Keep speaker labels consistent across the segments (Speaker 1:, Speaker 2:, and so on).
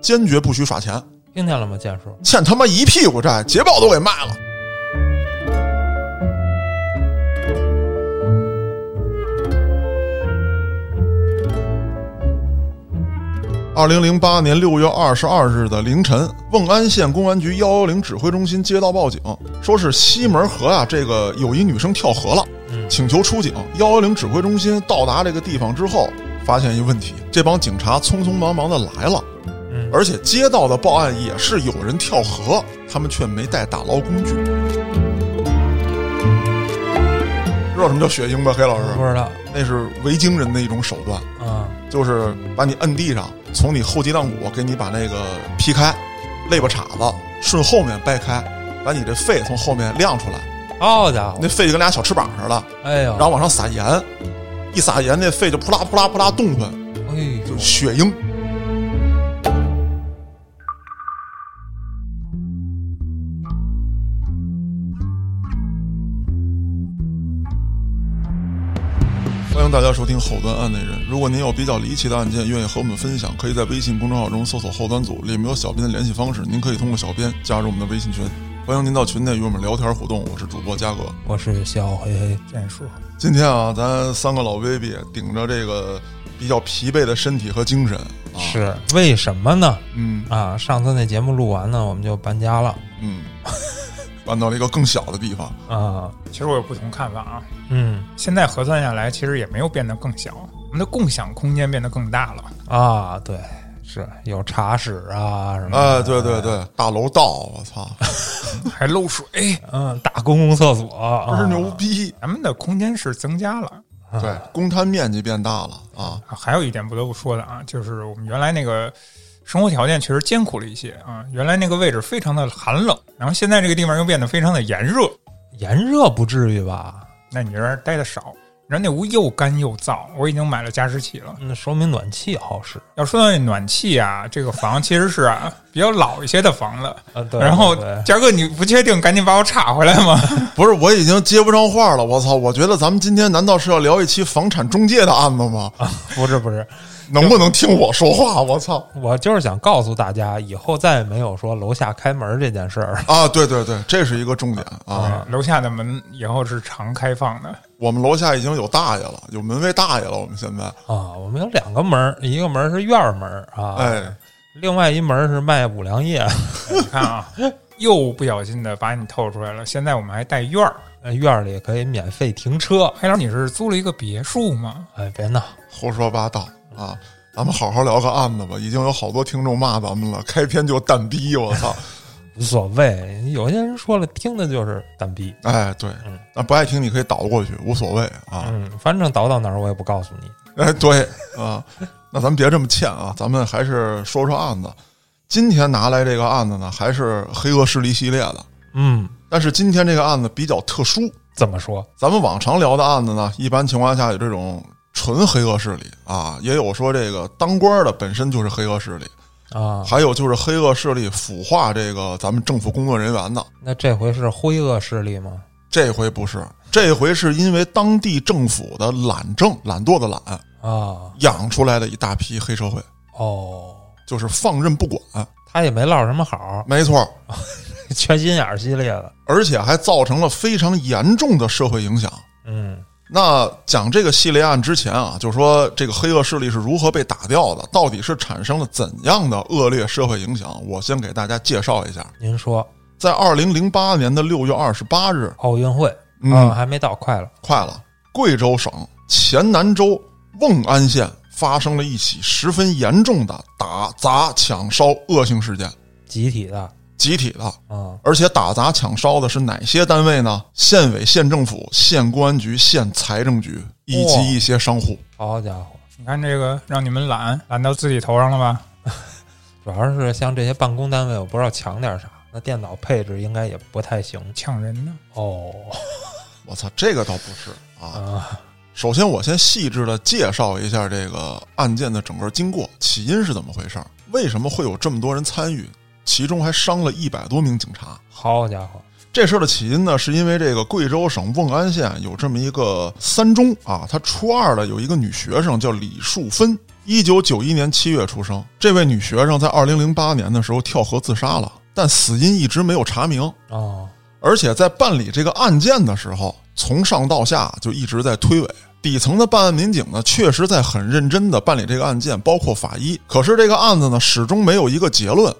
Speaker 1: 坚决不许耍钱，
Speaker 2: 听见了吗，建叔？
Speaker 1: 欠他妈一屁股债，捷豹都给卖了。二零零八年六月二十二日的凌晨，瓮安县公安局幺幺零指挥中心接到报警，说是西门河啊，这个有一女生跳河了，请求出警。幺幺零指挥中心到达这个地方之后，发现一问题，这帮警察匆匆忙忙的来了，
Speaker 2: 嗯
Speaker 1: 而且接到的报案也是有人跳河，他们却没带打捞工具。知道什么叫血腥吧，黑老师？
Speaker 2: 不知道，
Speaker 1: 那是维京人的一种手段。
Speaker 2: 嗯，
Speaker 1: 就是把你摁地上，从你后脊梁骨给你把那个劈开，肋巴叉子顺后面掰开，把你这肺从后面亮出来，
Speaker 2: 好家伙
Speaker 1: 那，肺就跟俩小翅膀似的，
Speaker 2: 哎呦，
Speaker 1: 然后往上撒盐，一撒盐那肺就扑啦扑啦扑啦动弹，
Speaker 2: 哎呦
Speaker 1: 就，血鹰。欢迎大家收听《后端案内人》。如果您有比较离奇的案件，愿意和我们分享，可以在微信公众号中搜索“后端组”，里面有小编的联系方式，您可以通过小编加入我们的微信群。欢迎您到群内与我们聊天互动。我是主播嘉哥。
Speaker 2: 我是小黑黑，
Speaker 3: 战术，
Speaker 1: 今天啊，咱三个老 baby 顶着这个比较疲惫的身体和精神啊，
Speaker 2: 是为什么呢？
Speaker 1: 嗯，
Speaker 2: 啊，上次那节目录完呢，我们就搬家了
Speaker 1: 嗯，搬到了一个更小的地方。
Speaker 2: 啊，
Speaker 3: 其实我有不同看法啊。
Speaker 2: 嗯
Speaker 3: 现在核算下来，其实也没有变得更小，我们的共享空间变得更大了。
Speaker 2: 啊，对，是有茶室啊什么的，
Speaker 1: 哎，对对对，大楼道，我操，
Speaker 3: 还漏水，哎
Speaker 2: 嗯，大公共厕所，
Speaker 1: 真
Speaker 2: 啊
Speaker 1: 是牛逼！
Speaker 3: 咱们的空间是增加了。
Speaker 1: 对，公摊面积变大了啊，
Speaker 3: 啊还有一点不得不说的啊，就是我们原来那个生活条件确实艰苦了一些啊，原来那个位置非常的寒冷，然后现在这个地方又变得非常的炎热。
Speaker 2: 炎热不至于吧？
Speaker 3: 那你这儿待的少，然后那屋又干又燥，我已经买了加湿器了。
Speaker 2: 那嗯说明暖气好使
Speaker 3: 要说到那暖气啊，这个房其实是啊比较老一些的房了。
Speaker 2: 啊。对，
Speaker 3: 然后
Speaker 2: 对
Speaker 3: 佳哥，你不确定，赶紧把我插回来 吗？
Speaker 1: 不是，我已经接不上话了，我操！我觉得咱们今天难道是要聊一期房产中介的案子吗？
Speaker 2: 不是不是，
Speaker 1: 能不能听我说话？我操！
Speaker 2: 我就是想告诉大家，以后再也没有说楼下开门这件事儿。
Speaker 1: 啊，对对对，这是一个重点啊！
Speaker 3: 楼下的门以后是常开放的，
Speaker 1: 我们楼下已经有大爷了，有门卫大爷了，我们现在，
Speaker 2: 啊，我们有两个门儿，一个门儿是院儿门儿啊，
Speaker 1: 哎，
Speaker 2: 另外一门儿是卖五粮液，
Speaker 3: 你看啊，又不小心的把你透出来了。现在我们还带院儿，
Speaker 2: 呃院儿里可以免费停车。
Speaker 3: 黑老，你是租了一个别墅吗？
Speaker 2: 哎，别闹，
Speaker 1: 胡说八道啊！咱们好好聊个案子吧，已经有好多听众骂咱们了，开篇就蛋逼，我操！
Speaker 2: 无所谓。有些人说了，听的就是蛋逼。
Speaker 1: 哎，对，那不爱听你可以倒过去，无所谓啊。
Speaker 2: 嗯，反正倒到哪儿我也不告诉你。
Speaker 1: 哎，对啊，那咱们别这么欠啊，咱们还是说说案子。今天拿来这个案子呢，还是黑恶势力系列的，
Speaker 2: 嗯，
Speaker 1: 但是今天这个案子比较特殊。
Speaker 2: 怎么说？
Speaker 1: 咱们往常聊的案子呢，一般情况下有这种纯黑恶势力啊，也有说这个当官的本身就是黑恶势力，
Speaker 2: 啊，
Speaker 1: 还有就是黑恶势力腐化这个咱们政府工作人员的。
Speaker 2: 那这回是灰恶势力吗？
Speaker 1: 这回不是，这回是因为当地政府的懒政、懒惰的懒，
Speaker 2: 啊，
Speaker 1: 养出来的一大批黑社会，
Speaker 2: 哦，
Speaker 1: 就是放任不管，
Speaker 2: 他也没落什么好，
Speaker 1: 没错，
Speaker 2: 缺心眼儿系列的。
Speaker 1: 而且还造成了非常严重的社会影响。
Speaker 2: 嗯
Speaker 1: 那讲这个系列案之前啊，就说这个黑恶势力是如何被打掉的，到底是产生了怎样的恶劣社会影响？我先给大家介绍一下，
Speaker 2: 您说
Speaker 1: 在二零零八年的六月二十八日，
Speaker 2: 奥运会
Speaker 1: 嗯
Speaker 2: 啊，还没到，快了。
Speaker 1: 快了，贵州省黔南州瓮安县发生了一起十分严重的打砸抢烧恶性事件，
Speaker 2: 集体的
Speaker 1: 集体的，
Speaker 2: 啊，
Speaker 1: 而且打砸抢烧的是哪些单位呢？县委、县政府、县公安局、县财政局以
Speaker 2: 哇
Speaker 1: 及一些商户。
Speaker 2: 好家伙！
Speaker 3: 你看这个让你们懒懒到自己头上了吧？
Speaker 2: 主要是像这些办公单位，我不知道强点啥，那电脑配置应该也不太行
Speaker 3: 抢人呢？
Speaker 2: 哦。
Speaker 1: 我操，这个倒不是啊。
Speaker 2: 啊，
Speaker 1: 首先，我先细致的介绍一下这个案件的整个经过，起因是怎么回事儿，为什么会有这么多人参与，其中还伤了一百多名警察。
Speaker 2: 好家伙，
Speaker 1: 这事儿的起因呢，是因为这个贵州省瓮安县有这么一个三中啊，他初二的有一个女学生叫李树芬，一九九一年七月出生。这位女学生在二零零八年的时候跳河自杀了，但死因一直没有查明。
Speaker 2: 哦，
Speaker 1: 而且在办理这个案件的时候，从上到下就一直在推诿。底层的办案民警呢，确实在很认真的办理这个案件，包括法医。可是这个案子呢，始终没有一个结论，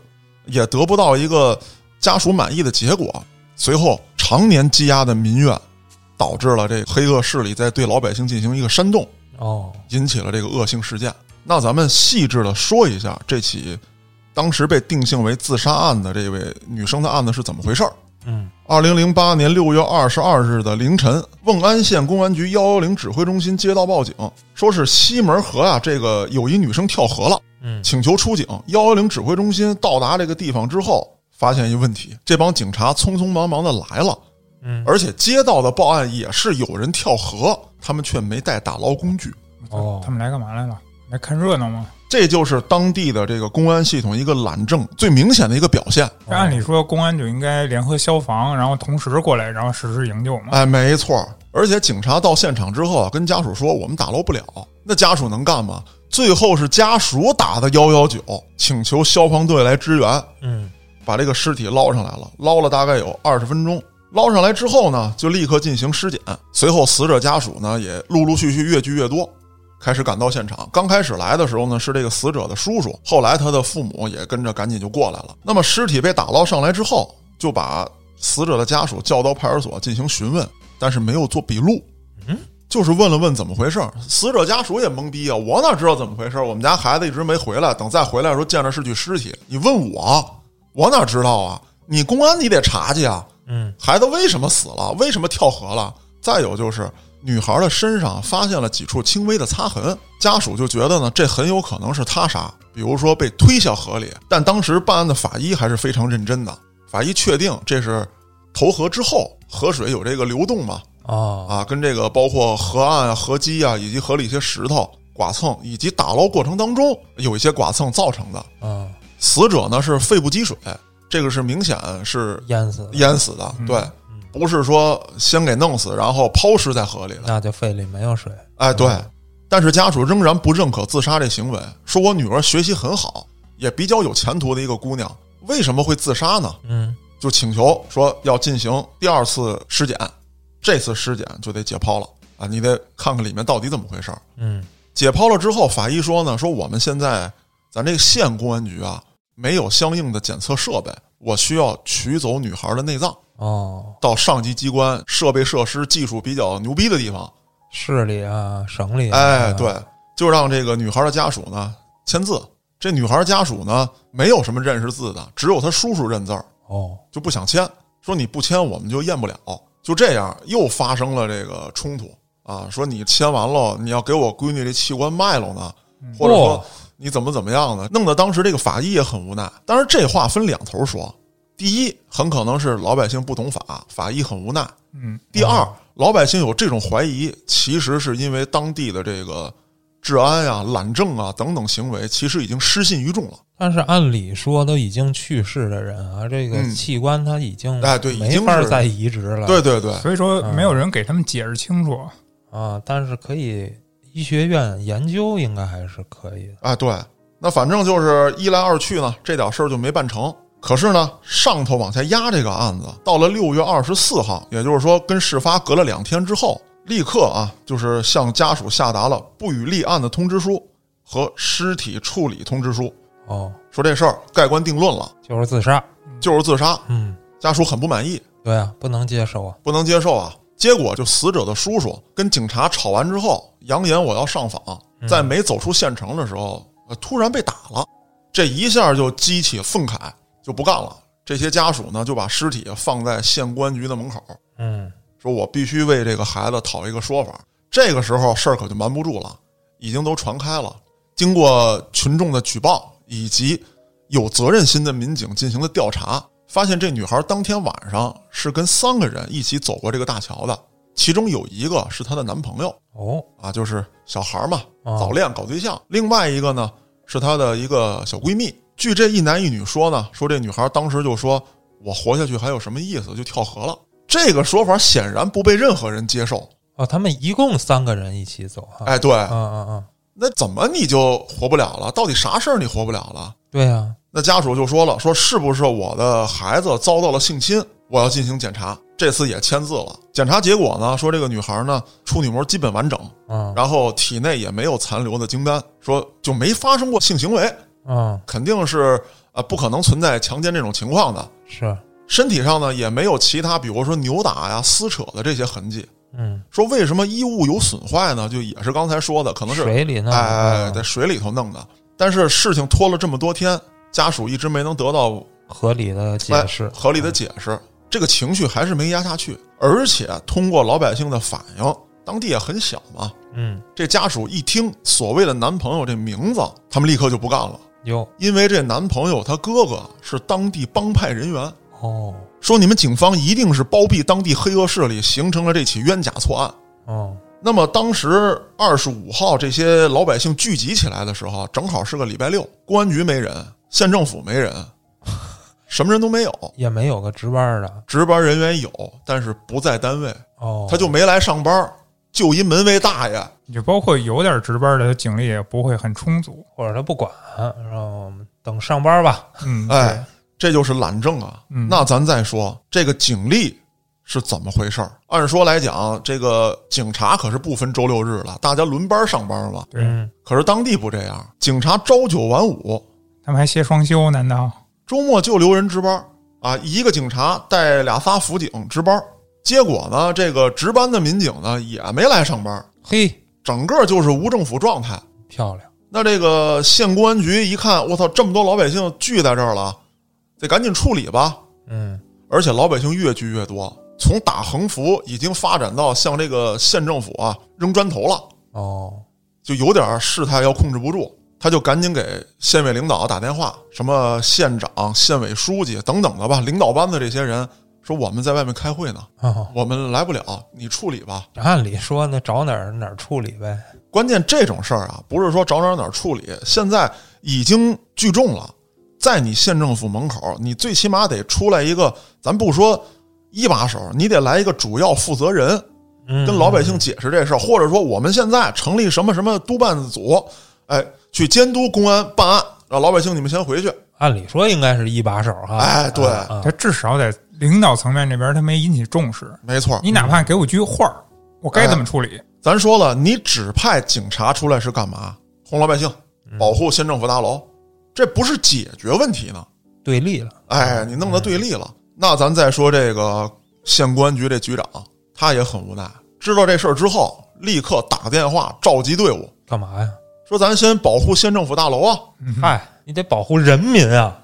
Speaker 1: 也得不到一个家属满意的结果。随后，常年积压的民怨，导致了这黑恶势力在对老百姓进行一个煽动，
Speaker 2: 哦，
Speaker 1: 引起了这个恶性事件。那咱们细致的说一下这起当时被定性为自杀案的这位女生的案子是怎么回事儿。
Speaker 2: 嗯，
Speaker 1: 二零零八年六月二十二日的凌晨，瓮安县公安局幺幺零指挥中心接到报警，说是西门河啊，这个有一女生跳河了，
Speaker 2: 嗯
Speaker 1: 请求出警。幺幺零指挥中心到达这个地方之后，发现一问题，这帮警察匆匆忙忙的来了，
Speaker 2: 嗯，
Speaker 1: 而且接到的报案也是有人跳河，他们却没带打捞工具，
Speaker 2: 哦
Speaker 3: 他们来干嘛来了？来看热闹吗？
Speaker 1: 这就是当地的这个公安系统一个懒政最明显的一个表现。
Speaker 2: 哦
Speaker 3: 这按理说，公安就应该联合消防，然后同时过来，然后实施营救嘛。
Speaker 1: 哎，没错儿。而且警察到现场之后啊，跟家属说我们打捞不了，那家属能干吗？最后是家属打的幺幺九，请求消防队来支援，
Speaker 2: 嗯
Speaker 1: 把这个尸体捞上来了。捞了大概有二十分钟，捞上来之后呢，就立刻进行尸检。随后死者家属呢也陆陆续续越聚越多，开始赶到现场。刚开始来的时候呢是这个死者的叔叔，后来他的父母也跟着赶紧就过来了。那么尸体被打捞上来之后，就把死者的家属叫到派出所进行询问，但是没有做笔录。
Speaker 2: 嗯。
Speaker 1: 就是问了问怎么回事儿，死者家属也懵逼啊！我哪知道怎么回事儿？我们家孩子一直没回来，等再回来的时候见着是具尸体。你问我，我哪知道啊？你公安你得查去啊！
Speaker 2: 嗯，
Speaker 1: 孩子为什么死了？为什么跳河了？再有就是女孩的身上发现了几处轻微的擦痕，家属就觉得呢，这很有可能是他杀，比如说被推下河里。但当时办案的法医还是非常认真的，法医确定这是投河之后河水有这个流动嘛，
Speaker 2: 哦，
Speaker 1: 啊，跟这个包括河岸啊、河基啊，以及河里一些石头剐蹭，以及打捞过程当中有一些剐蹭造成的。
Speaker 2: 嗯，
Speaker 1: 死者呢是肺部积水，这个是明显是
Speaker 2: 淹死了，
Speaker 1: 淹死的，对，不是说先给弄死，然后抛尸在河里了。
Speaker 2: 那就肺里没有水。
Speaker 1: 哎，对，但是家属仍然不认可自杀这行为，说我女儿学习很好，也比较有前途的一个姑娘，为什么会自杀呢？
Speaker 2: 嗯，
Speaker 1: 就请求说要进行第二次尸检，这次尸检就得解剖了啊，你得看看里面到底怎么回事儿。
Speaker 2: 嗯，
Speaker 1: 解剖了之后，法医说呢，说我们现在咱这个县公安局啊没有相应的检测设备，我需要取走女孩的内脏，
Speaker 2: 哦，
Speaker 1: 到上级机关设备设施技术比较牛逼的地方，
Speaker 2: 市里啊，省里、啊，
Speaker 1: 哎，，对，就让这个女孩的家属呢签字。这女孩家属呢没有什么认识字的，只有她叔叔认字儿，
Speaker 2: 哦，
Speaker 1: 就不想签，说你不签我们就验不了。就这样又发生了这个冲突啊，说你签完了，你要给我闺女这器官卖了呢，或者
Speaker 2: 哇
Speaker 1: 说你怎么怎么样呢？弄得当时这个法医也很无奈。当然这话分两头说，第一很可能是老百姓不懂法，法医很无奈；
Speaker 3: 嗯，
Speaker 1: 第二，老百姓有这种怀疑，其实是因为当地的这个治安呀、懒政啊等等行为，其实已经失信于众了。
Speaker 2: 但是按理说都已经去世的人啊，这个
Speaker 1: 嗯
Speaker 2: 器官他已经
Speaker 1: 哎对已
Speaker 2: 没
Speaker 1: 经
Speaker 2: 法
Speaker 1: 是
Speaker 2: 再移植了，
Speaker 1: 对对对，
Speaker 3: 所以说
Speaker 2: 嗯
Speaker 3: 没有人给他们解释清楚。
Speaker 2: 啊，但是可以医学院研究应该还是可以的，
Speaker 1: 啊，对，那反正就是一来二去呢，这点事儿就没办成。可是呢，上头往下压这个案子，到了六月二十四号，也就是说跟事发隔了两天之后，立刻啊，就是向家属下达了不予立案的通知书和尸体处理通知书，
Speaker 2: 哦，
Speaker 1: 说这事儿盖棺定论了，
Speaker 2: 就是自杀，
Speaker 1: 就是自杀。
Speaker 2: 嗯，
Speaker 1: 家属很不满意，
Speaker 2: 对啊，不能接受啊，
Speaker 1: 不能接受啊。结果就死者的叔叔跟警察吵完之后，扬言我要上访，在没走出县城的时候，呃突然被打了，这一下就激起愤慨，就不干了。这些家属呢，就把尸体放在县公安局的门口，
Speaker 2: 嗯，
Speaker 1: 说我必须为这个孩子讨一个说法。这个时候事儿可就瞒不住了，已经都传开了。经过群众的举报以及有责任心的民警进行的调查，发现这女孩当天晚上是跟三个人一起走过这个大桥的，其中有一个是她的男朋友
Speaker 2: 哦，
Speaker 1: 啊，就是小孩嘛，
Speaker 2: 哦
Speaker 1: 早恋搞对象；另外一个呢是她的一个小闺蜜。据这一男一女说呢，说这女孩当时就说：“我活下去还有什么意思？就跳河了。这个说法显然不被任何人接受。
Speaker 2: 哦，他们一共三个人一起走哈。
Speaker 1: 哎，对，
Speaker 2: 嗯嗯嗯，
Speaker 1: 那怎么你就活不了了？到底啥事儿你活不了了？
Speaker 2: 对啊呀，
Speaker 1: 那家属就说了，说是不是我的孩子遭到了性侵？我要进行检查。这次也签字了。检查结果呢，说这个女孩呢处女膜基本完整，
Speaker 2: 嗯
Speaker 1: 然后体内也没有残留的精单，说就没发生过性行为，
Speaker 2: 嗯，
Speaker 1: 肯定是呃不可能存在强奸这种情况的。
Speaker 2: 是，
Speaker 1: 身体上呢也没有其他，比如说扭打呀、撕扯的这些痕迹。
Speaker 2: 嗯，
Speaker 1: 说为什么衣物有损坏呢？就也是刚才说的，可能是
Speaker 2: 水里呢，
Speaker 1: 哎
Speaker 2: 嗯
Speaker 1: 在水里头弄的。但是事情拖了这么多天，家属一直没能得到
Speaker 2: 合理的解释
Speaker 1: 哎，合理的解释，这个情绪还是没压下去，而且通过老百姓的反应，当地也很小嘛。
Speaker 2: 嗯，
Speaker 1: 这家属一听所谓的男朋友这名字，他们立刻就不干了，
Speaker 2: 有
Speaker 1: 因为这男朋友他哥哥是当地帮派人员，
Speaker 2: 哦
Speaker 1: 说你们警方一定是包庇当地黑恶势力，形成了这起冤假错案。
Speaker 2: 哦，
Speaker 1: 那么当时二十五号这些老百姓聚集起来的时候，正好是个礼拜六，公安局没人，县政府没人，什么人都没有。
Speaker 2: 也没有个值班的
Speaker 1: 值班人员有，但是不在单位，
Speaker 2: 哦，
Speaker 1: 他就没来上班，就一门卫大爷。
Speaker 3: 你就包括有点值班的，他警力也不会很充足。
Speaker 2: 或者他不管，然后我们等上班吧。
Speaker 3: 嗯，
Speaker 1: 哎，这就是懒政啊。
Speaker 3: 嗯
Speaker 1: 那咱再说这个警力是怎么回事儿？按说来讲，这个警察可是不分周六日了，大家轮班上班了。
Speaker 3: 对，对
Speaker 2: 嗯，
Speaker 1: 可是当地不这样，警察朝九晚五，
Speaker 3: 他们还歇双休，难道？
Speaker 1: 周末就留人值班啊，一个警察带俩仨辅警值班。结果呢，这个值班的民警呢也没来上班，
Speaker 2: 嘿，
Speaker 1: 整个就是无政府状态。
Speaker 2: 漂亮，
Speaker 1: 那这个县公安局一看，我操，这么多老百姓聚在这儿了，得赶紧处理吧。
Speaker 2: 嗯
Speaker 1: 而且老百姓越聚越多，从打横幅已经发展到向这个县政府啊扔砖头了，
Speaker 2: 哦，
Speaker 1: 就有点事态要控制不住。他就赶紧给县委领导打电话，什么县长、县委书记等等的吧，领导班子这些人说我们在外面开会呢，
Speaker 2: 哦，
Speaker 1: 我们来不了，你处理吧。
Speaker 2: 按理说呢，找哪儿哪儿处理呗。
Speaker 1: 关键这种事儿啊，不是说找哪儿哪儿处理，现在已经聚众了，在你县政府门口，你最起码得出来一个，咱不说一把手，你得来一个主要负责人，
Speaker 2: 嗯，
Speaker 1: 跟老百姓解释这事儿，或者说我们现在成立什么什么督办组，哎，去监督公安办案，让老百姓你们先回去。
Speaker 2: 按理说应该是一把手哈。
Speaker 1: 哎对
Speaker 2: 啊啊
Speaker 3: 他至少在领导层面这边，他没引起重视。
Speaker 1: 没错儿，
Speaker 3: 你哪怕给我句话儿，我该怎
Speaker 1: 哎
Speaker 3: 么处理？
Speaker 1: 咱说了，你指派警察出来是干嘛？哄老百姓，保护县政府大楼，这不是解决问题呢。
Speaker 2: 对立了。
Speaker 1: 哎，你弄得对立了。那咱再说这个县公安局这局长，他也很无奈，知道这事儿之后，立刻打电话召集队伍，
Speaker 2: 干嘛呀？
Speaker 1: 说咱先保护县政府大楼啊，
Speaker 2: 嗨，你得保护人民啊！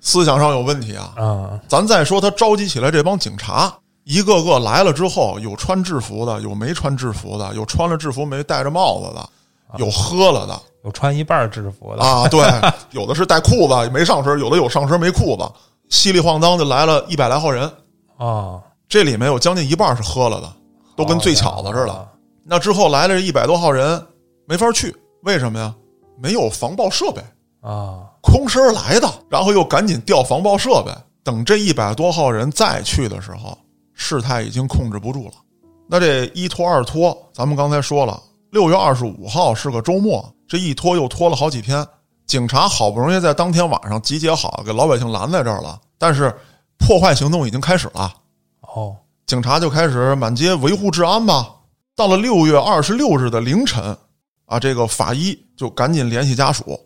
Speaker 1: 思想上有问题啊。
Speaker 2: 啊，
Speaker 1: 咱再说他召集起来这帮警察，一个个来了之后，有穿制服的，有没穿制服的，有穿了制服没戴着帽子的，有喝了的
Speaker 2: 有穿一半制服的，
Speaker 1: 啊，对，有的是带裤子没上身，有的有上身没裤子，稀里晃荡就来了一百来号人。
Speaker 2: 哦，
Speaker 1: 这里面有将近一半是喝了的，都跟醉巧
Speaker 2: 好家
Speaker 1: 子
Speaker 2: 伙
Speaker 1: 似的。。那之后来了一百多号人，没法去，为什么呀？没有防爆设备。
Speaker 2: 啊，
Speaker 1: 空身儿来的，然后又赶紧调防爆设备。等这一百多号人再去的时候，事态已经控制不住了。那这一拖二拖，咱们刚才说了，六月二十五号是个周末，这一拖又拖了好几天。警察好不容易在当天晚上集结好，给老百姓拦在这儿了，但是破坏行动已经开始了。
Speaker 2: 哦，
Speaker 1: 警察就开始满街维护治安吧。到了六月二十六日的凌晨，啊，这个法医就赶紧联系家属，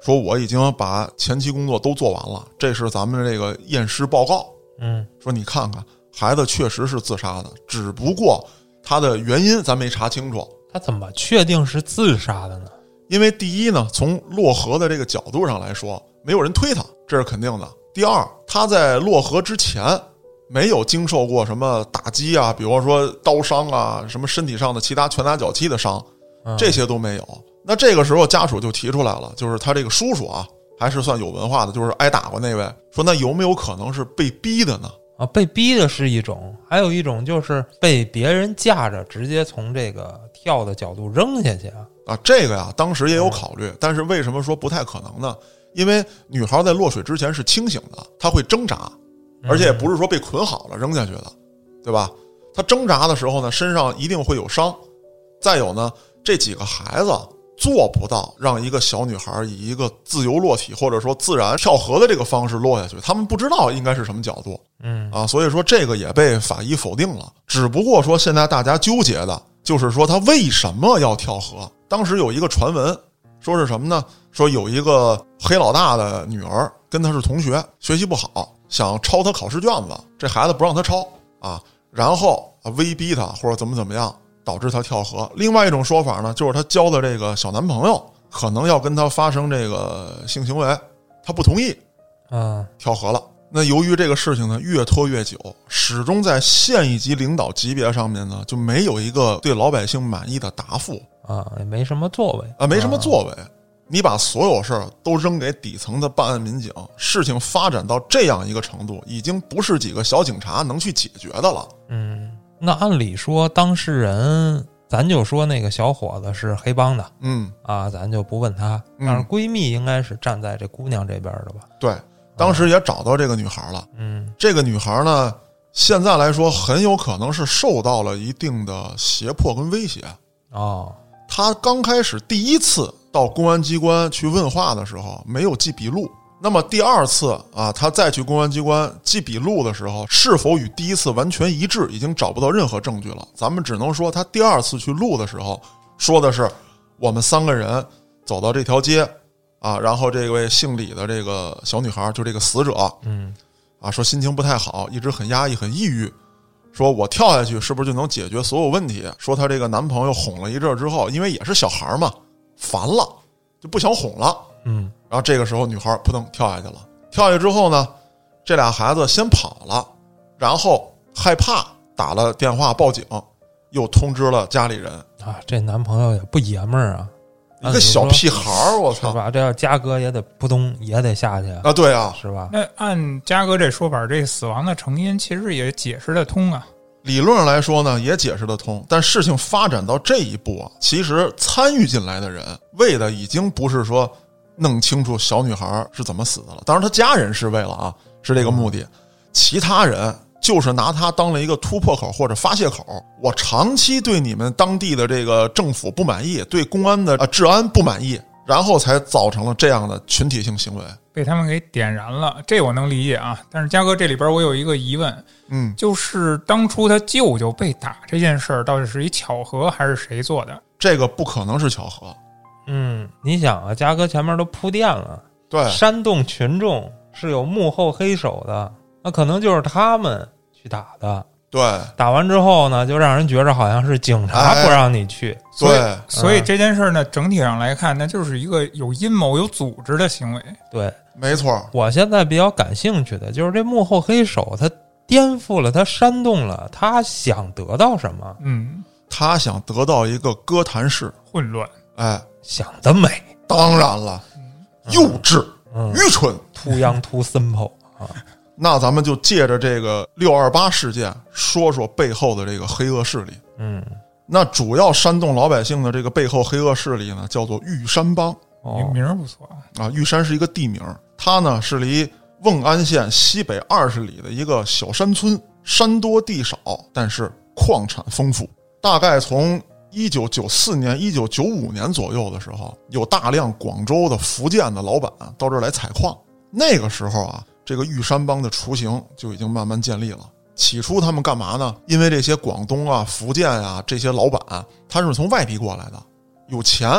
Speaker 1: 说我已经把前期工作都做完了，这是咱们这个验尸报告，
Speaker 2: 嗯，
Speaker 1: 说你看看，孩子确实是自杀的，只不过他的原因咱没查清楚。
Speaker 2: 他怎么确定是自杀的呢？
Speaker 1: 因为第一呢，从落河的这个角度上来说，没有人推他，这是肯定的。第二，他在落河之前没有经受过什么打击啊，比方说刀伤啊，什么身体上的其他拳打脚踢的伤，
Speaker 2: 嗯
Speaker 1: 这些都没有。那这个时候家属就提出来了，就是他这个叔叔啊，还是算有文化的，就是挨打过那位，说那有没有可能是被逼的呢？
Speaker 2: 啊，被逼的是一种，还有一种就是被别人架着，直接从这个跳的角度扔下去啊。
Speaker 1: 啊，这个呀，当时也有考虑，但是为什么说不太可能呢？因为女孩在落水之前是清醒的，她会挣扎，而且也不是说被捆好了扔下去的，对吧？他挣扎的时候呢，身上一定会有伤。再有呢，这几个孩子做不到让一个小女孩以一个自由落体或者说自然跳河的这个方式落下去，他们不知道应该是什么角度
Speaker 2: 嗯
Speaker 1: 啊，所以说这个也被法医否定了。只不过说现在大家纠结的就是说他为什么要跳河？当时有一个传闻，说是什么呢？说有一个黑老大的女儿跟他是同学，学习不好，想抄他考试卷子，这孩子不让他抄啊，然后啊威逼他或者怎么怎么样，导致他跳河。另外一种说法呢，就是他交的这个小男朋友可能要跟他发生这个性行为，他不同意，
Speaker 2: 啊
Speaker 1: 跳河了。那由于这个事情呢越拖越久，始终在县一级领导级别上面呢就没有一个对老百姓满意的答复
Speaker 2: 啊，也没什么作为
Speaker 1: 啊，没什么作为。你把所有事儿都扔给底层的办案民警，事情发展到这样一个程度，已经不是几个小警察能去解决的了。
Speaker 2: 嗯，那按理说当事人，咱就说那个小伙子是黑帮的
Speaker 1: 嗯，
Speaker 2: 啊，咱就不问他。
Speaker 1: 嗯
Speaker 2: 但是闺蜜应该是站在这姑娘这边的吧？
Speaker 1: 对，当时也找到这个女孩了。
Speaker 2: 嗯
Speaker 1: 这个女孩呢，现在来说很有可能是受到了一定的胁迫跟威胁。
Speaker 2: 哦
Speaker 1: 他刚开始第一次到公安机关去问话的时候没有记笔录，那么第二次啊，他再去公安机关记笔录的时候，是否与第一次完全一致，已经找不到任何证据了。咱们只能说，他第二次去录的时候说的是我们三个人走到这条街啊，然后这位姓李的这个小女孩，就这个死者
Speaker 2: 嗯
Speaker 1: 啊，说心情不太好，一直很压抑、很抑郁。啊说我跳下去是不是就能解决所有问题？说她这个男朋友哄了一阵儿之后，因为也是小孩儿嘛，烦了就不想哄了。
Speaker 2: 嗯
Speaker 1: 然后这个时候女孩儿扑腾跳下去了。跳下去之后呢，这俩孩子先跑了，然后害怕打了电话报警，又通知了家里人。
Speaker 2: 啊，这男朋友也不爷们儿啊，
Speaker 1: 一个小屁孩儿，我
Speaker 2: 是
Speaker 1: 操！
Speaker 2: 吧？这要嘉哥也得扑通也得下去，
Speaker 1: 啊，对啊，
Speaker 2: 是吧？
Speaker 3: 那按嘉哥这说法，这死亡的成因其实也解释得通啊。
Speaker 1: 理论上来说呢，也解释得通。但事情发展到这一步啊，其实参与进来的人为的已经不是说弄清楚小女孩是怎么死的了，当然她家人是为了啊，是这个目
Speaker 3: 嗯
Speaker 1: 的，其他人。就是拿她当了一个突破口或者发泄口。我长期对你们当地的这个政府不满意，对公安的呃治安不满意，然后才造成了这样的群体性行为。
Speaker 3: 被他们给点燃了，这我能理解啊。但是嘉哥这里边我有一个疑问，
Speaker 1: 嗯，
Speaker 3: 就是当初他舅舅被打这件事儿，到底是一巧合还是谁做的？
Speaker 1: 这个不可能是巧合。
Speaker 2: 嗯，你想啊，嘉哥前面都铺垫了，
Speaker 1: 对，
Speaker 2: 煽动群众是有幕后黑手的，那可能就是他们去打的。
Speaker 1: 对，
Speaker 2: 打完之后呢，就让人觉着好像是警察
Speaker 1: 哎
Speaker 2: 不让你去，
Speaker 3: 所以
Speaker 1: 对，
Speaker 3: 所以这件事儿呢，整体上来看，那就是一个有阴谋、有组织的行为。
Speaker 2: 对
Speaker 1: 没错儿。
Speaker 2: 我现在比较感兴趣的就是这幕后黑手，他颠覆了，他煽动了，他想得到什么？
Speaker 3: 嗯，
Speaker 1: 他想得到一个哥谭市，
Speaker 3: 混乱。
Speaker 1: 哎，
Speaker 2: 想 得美，
Speaker 1: 当然了，幼稚、
Speaker 2: 嗯
Speaker 1: 愚蠢。
Speaker 2: too young too simple 啊，
Speaker 1: 那咱们就借着这个六二八事件，说说背后的这个黑恶势力。
Speaker 2: 嗯，
Speaker 1: 那主要煽动老百姓的这个背后黑恶势力呢，叫做玉山帮
Speaker 2: 哦，
Speaker 3: 名儿不错啊，
Speaker 1: 啊。玉山是一个地名，它呢是离瓮安县西北二十里的一个小山村，山多地少，但是矿产丰富。大概从一九九四年、一九九五年左右的时候，有大量广州的、福建的老板啊到这儿来采矿。那个时候啊，这个玉山帮的雏形就已经慢慢建立了。起初他们干嘛呢？因为这些广东啊、福建啊这些老板啊，他是从外地过来的，有钱，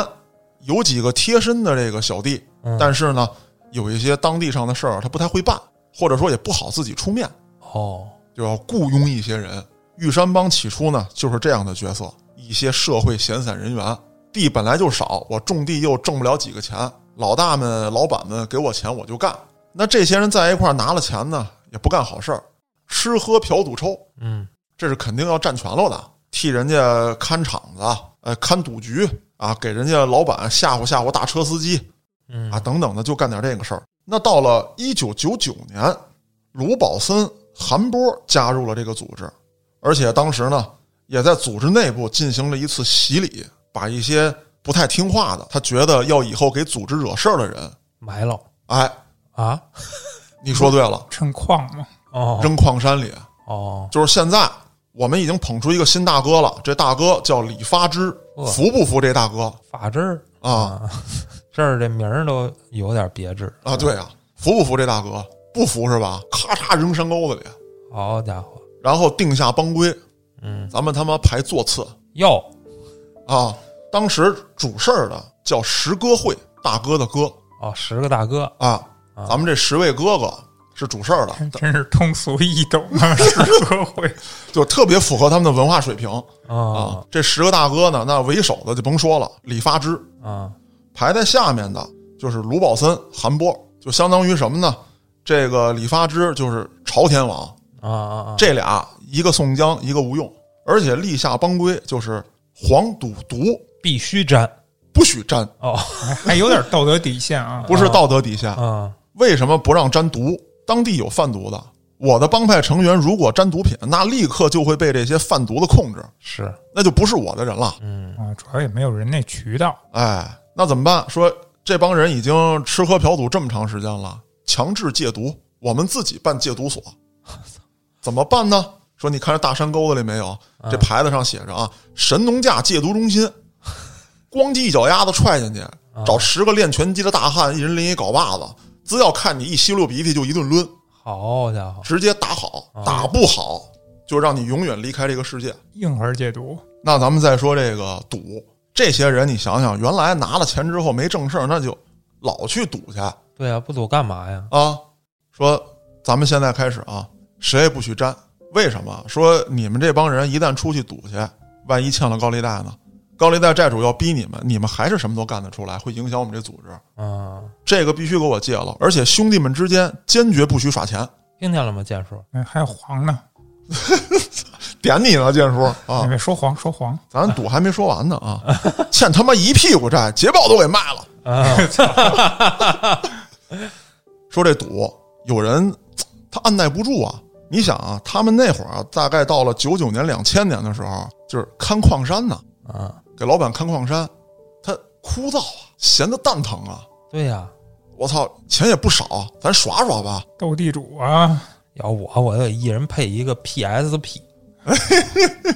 Speaker 1: 有几个贴身的这个小弟
Speaker 2: 嗯，
Speaker 1: 但是呢，有一些当地上的事儿他不太会办，或者说也不好自己出面。
Speaker 2: 哦，
Speaker 1: 就要雇佣一些人。玉山帮起初呢就是这样的角色，一些社会闲散人员，地本来就少，我种地又挣不了几个钱，老大们、老板们给我钱我就干。那这些人在一块儿拿了钱呢，也不干好事儿，吃喝嫖赌抽，
Speaker 2: 嗯
Speaker 1: 这是肯定要占全了的，替人家看场子，呃，看赌局啊，给人家老板吓唬吓唬大车司机，
Speaker 2: 嗯
Speaker 1: 啊等等的，就干点这个事儿。那到了一九九九年，卢宝森、韩波加入了这个组织，而且当时呢，也在组织内部进行了一次洗礼，把一些不太听话的，他觉得要以后给组织惹事儿的人，
Speaker 2: 埋了
Speaker 1: 哎，
Speaker 2: 啊，
Speaker 1: 你说对了，
Speaker 3: 趁矿嘛。
Speaker 2: 哦
Speaker 1: 扔矿山里。
Speaker 2: 哦，
Speaker 1: 就是现在我们已经捧出一个新大哥了，这大哥叫李发之，
Speaker 2: 呵
Speaker 1: 服不服这大哥
Speaker 2: 法制
Speaker 1: 啊，
Speaker 2: 这儿这名儿都有点别致
Speaker 1: 啊？对啊，服不服这大哥？不服是吧？咔嚓扔山沟子里，
Speaker 2: 好家伙，
Speaker 1: 然后定下帮规，
Speaker 2: 嗯，
Speaker 1: 咱们他妈排座次
Speaker 2: 哟，
Speaker 1: 啊！当时主事儿的叫十哥会，大哥的哥
Speaker 2: 哦，十个大哥，
Speaker 1: 啊
Speaker 2: 啊，嗯
Speaker 1: 咱们这十位哥哥是主事儿的，
Speaker 3: 真是通俗易懂啊，是社会。
Speaker 1: 就特别符合他们的文化水平
Speaker 2: 啊
Speaker 1: 啊。这十个大哥呢，那为首的就甭说了，李发之，
Speaker 2: 啊
Speaker 1: 排在下面的就是卢宝森、韩波，就相当于什么呢？这个李发之就是朝天王，
Speaker 2: 啊啊！
Speaker 1: 这俩一个宋江，一个吴用，而且立下帮规，就是黄赌毒
Speaker 2: 必须沾
Speaker 1: 不许沾，
Speaker 2: 哦，
Speaker 3: 还有点道德底线 啊。
Speaker 1: 不是道德底线。
Speaker 2: 啊
Speaker 1: 为什么不让沾毒？当地有贩毒的，我的帮派成员如果沾毒品，那立刻就会被这些贩毒的控制，
Speaker 2: 是，
Speaker 1: 那就不是我的人了。
Speaker 2: 嗯
Speaker 3: 啊，主要也没有人那渠道，
Speaker 1: 哎，那怎么办？说这帮人已经吃喝嫖赌这么长时间了，强制戒毒，我们自己办戒毒所，怎么办呢？说你看这大山沟子里没有？这牌子上写着啊，神农架戒毒中心。咣叽一脚丫子踹进去，找十个练拳击的大汉，一人拎一镐把子，只要看你一吸溜鼻涕就一顿抡，
Speaker 2: 好家伙，
Speaker 1: 直接打好，打不好就让你永远离开这个世界。
Speaker 3: 硬核戒毒，
Speaker 1: 那咱们再说这个赌，这些人你想想，原来拿了钱之后没正事儿，那就老去赌去
Speaker 2: 对啊，不赌干嘛呀？
Speaker 1: 啊。说咱们现在开始啊，谁也不许沾。为什么？说你们这帮人一旦出去赌去，万一欠了高利贷呢？高利贷债主要逼你们，你们还是什么都干得出来，会影响我们这组织。
Speaker 2: 啊，
Speaker 1: 这个必须给我戒了，而且兄弟们之间坚决不许耍钱。
Speaker 2: 听见了吗，建叔？
Speaker 3: 哎，还有黄呢，
Speaker 1: 点你呢，建叔
Speaker 3: 你
Speaker 1: 啊！
Speaker 3: 别说黄说黄，
Speaker 1: 咱赌还没说完呢啊，欠他妈一屁股债，捷豹都给卖了。
Speaker 2: 啊
Speaker 1: 说这赌有人他按耐不住啊。你想啊，他们那会儿啊，大概到了九九年、两千年的时候，啊就是看矿山呢，
Speaker 2: 啊，
Speaker 1: 给老板看矿山，他枯燥啊，闲得蛋疼啊。
Speaker 2: 对呀，
Speaker 1: 我操，钱也不少，咱耍耍吧。
Speaker 3: 斗地主啊，
Speaker 2: 要我我得一人配一个 PSP
Speaker 3: 你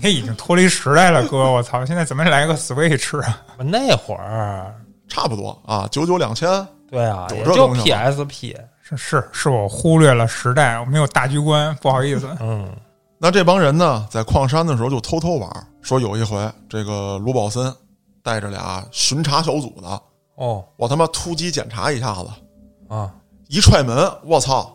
Speaker 3: 这已经脱离时代了，哥，我操，现 在怎么来个 Switch 啊？
Speaker 2: 我那会儿，
Speaker 1: 差不多啊，九九两千，
Speaker 2: 对啊，
Speaker 1: 有
Speaker 2: 也
Speaker 1: 这
Speaker 2: 就
Speaker 1: 东西
Speaker 2: PSP，
Speaker 3: 是是是我忽略了时代，我没有大局观，不好意思，
Speaker 2: 嗯
Speaker 1: 那这帮人呢，在矿山的时候就偷偷玩儿。说有一回，这个卢宝森带着俩巡查小组的，
Speaker 2: 哦
Speaker 1: 我他妈突击检查一下子，
Speaker 2: 啊
Speaker 1: 一踹门，我操，